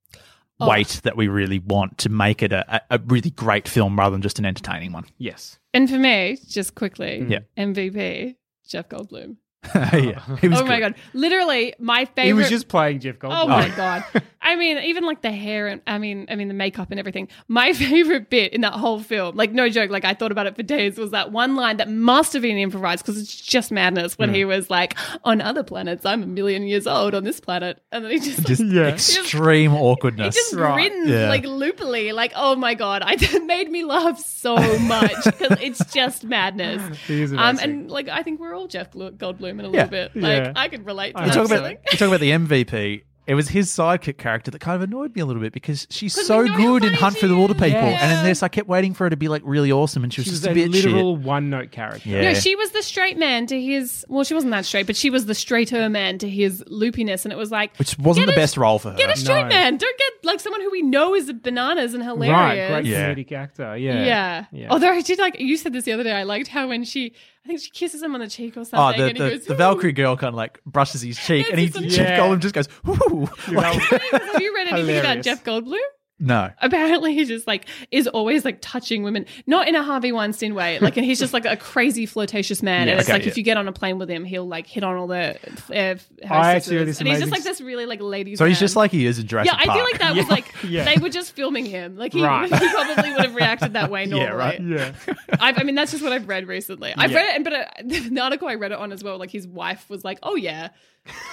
Speaker 2: Oh.
Speaker 4: weight that we really want to make it a, a a really great film rather than just an entertaining one.
Speaker 5: yes.
Speaker 2: And for me, just quickly,
Speaker 4: Yeah.
Speaker 2: MVP, Jeff Goldblum.
Speaker 4: yeah, he was
Speaker 2: Oh my
Speaker 4: good.
Speaker 2: god! Literally, my favorite.
Speaker 5: He was just playing Jeff Goldblum.
Speaker 2: Oh my god! I mean, even like the hair and I mean, I mean the makeup and everything. My favorite bit in that whole film, like no joke, like I thought about it for days, was that one line that must have been improvised because it's just madness
Speaker 4: Mm.
Speaker 2: when he was like, "On other planets, I'm a million years old. On this planet," and then he just,
Speaker 4: Just
Speaker 2: like,
Speaker 4: extreme
Speaker 2: it
Speaker 4: awkwardness.
Speaker 2: just grins
Speaker 4: Yeah.
Speaker 2: like loopily, like oh my god! I, it made me laugh so much because it's just madness.
Speaker 5: He is
Speaker 2: Um,
Speaker 5: amazing.
Speaker 2: and like I think we're all Jeff Glo- Goldblum in a little
Speaker 4: Yeah.
Speaker 2: bit. Like
Speaker 5: Yeah.
Speaker 2: I could relate. To
Speaker 5: I
Speaker 4: We
Speaker 2: that
Speaker 4: talk
Speaker 2: feeling.
Speaker 4: about we talk about the MVP. It was his sidekick character that kind of annoyed me a little bit because she's
Speaker 2: 'Cause
Speaker 4: so
Speaker 2: we know how
Speaker 4: good in
Speaker 2: funny
Speaker 4: Hunt for
Speaker 2: she
Speaker 4: the Water People,
Speaker 5: is.
Speaker 4: and
Speaker 2: Yeah.
Speaker 4: in this, I kept waiting for her to be like really awesome, and she was
Speaker 5: She was
Speaker 4: just
Speaker 5: a
Speaker 4: a bit
Speaker 5: literal
Speaker 4: shit.
Speaker 5: one note character.
Speaker 4: Yeah.
Speaker 2: No, she was the straight man to his. Well, she wasn't that straight, but she was the straighter man to his loopiness, and it was like
Speaker 4: which wasn't
Speaker 2: get
Speaker 4: the
Speaker 2: a-
Speaker 4: best role for her.
Speaker 2: Get a straight
Speaker 5: No.
Speaker 2: man. Don't get like someone who we know is bananas and
Speaker 5: Right,
Speaker 2: hilarious.
Speaker 5: great
Speaker 4: Yeah.
Speaker 5: comedic actor. Yeah.
Speaker 2: Yeah.
Speaker 5: Yeah.
Speaker 2: Although I did like you said this the other day. I liked how when she, I think she kisses him on the cheek or
Speaker 4: Oh,
Speaker 2: something,
Speaker 4: the,
Speaker 2: and he
Speaker 4: the,
Speaker 2: goes,
Speaker 4: the
Speaker 2: "Ooh."
Speaker 4: Valkyrie girl kind of like brushes his cheek,
Speaker 2: Yes,
Speaker 4: and he
Speaker 2: it's on-
Speaker 4: Jeff
Speaker 5: Yeah.
Speaker 4: Goldblum just goes, "Whoo!" Like,
Speaker 2: Have you read anything about
Speaker 5: Hilarious.
Speaker 2: Jeff Goldblum?
Speaker 4: no,
Speaker 2: Apparently, he just like is always like touching women, not in a Harvey Weinstein way. Like, and he's just like a crazy flirtatious man.
Speaker 4: Yeah,
Speaker 2: and it's
Speaker 4: okay,
Speaker 2: like
Speaker 4: yeah.
Speaker 2: if you get on a plane with him, he'll like hit on all the. Uh,
Speaker 5: I
Speaker 2: hostesses.
Speaker 5: actually read this
Speaker 2: and he's just
Speaker 5: amazing
Speaker 2: like this really like ladies.
Speaker 4: so he's
Speaker 2: man.
Speaker 4: just like he is in Jurassic
Speaker 2: Yeah, I
Speaker 4: Park.
Speaker 2: feel like that was like
Speaker 5: Yeah.
Speaker 2: they were just filming him. Like he,
Speaker 5: Right.
Speaker 2: he probably would have reacted that way normally.
Speaker 4: right.
Speaker 5: Yeah.
Speaker 2: I've, I mean, that's just what I've read recently. I've read it, and but uh, the article I read it on as well. Like his wife was like, "Oh yeah,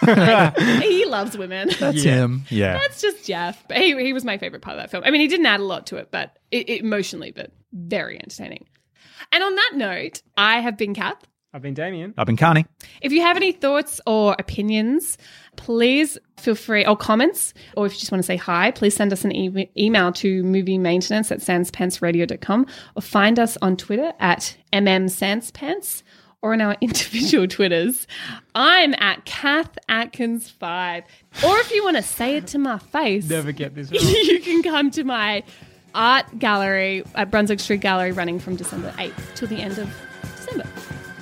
Speaker 2: Like, he loves women."
Speaker 4: That's him. Yeah,
Speaker 2: That's just Jeff. But he, he was my favorite part of that film. I mean, he didn't add a lot to it, but it, it- emotionally, but very entertaining. And on that note, I have been Kath.
Speaker 5: I've been Damien.
Speaker 4: I've been Carney.
Speaker 2: If you have any thoughts or opinions, please feel free, or comments, or if you just want to say hi, please send us an e- email to movie maintenance at sanspants.radio.com or find us on Twitter at mmsanspants or on our individual Twitters. I'm at Kath Atkins5. Or if you want to say it to my face,
Speaker 5: Never get this wrong.
Speaker 2: you can come to my art gallery at Brunswick Street Gallery running from December 8th till the end of December.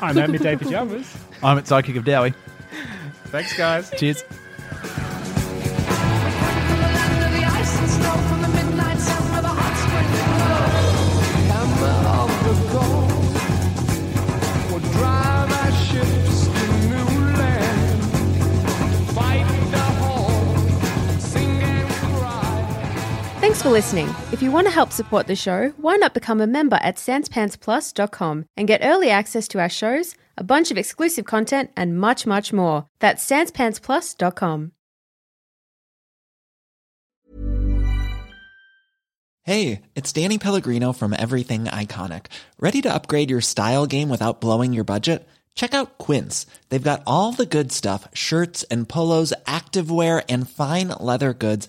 Speaker 5: I'm at midday pajamas.
Speaker 4: I'm at Sidekick of Dowie.
Speaker 5: Thanks, guys.
Speaker 4: Cheers.
Speaker 6: Thanks for listening. If you want to help support the show, why not become a member at sanspantsplus.com and get early access to our shows, a bunch of exclusive content, and much, much more. That's sanspantsplus.com.
Speaker 7: Hey, it's Danny Pellegrino from Everything Iconic. Ready to upgrade your style game without blowing your budget? Check out Quince. They've got all the good stuff shirts and polos, activewear, and fine leather goods,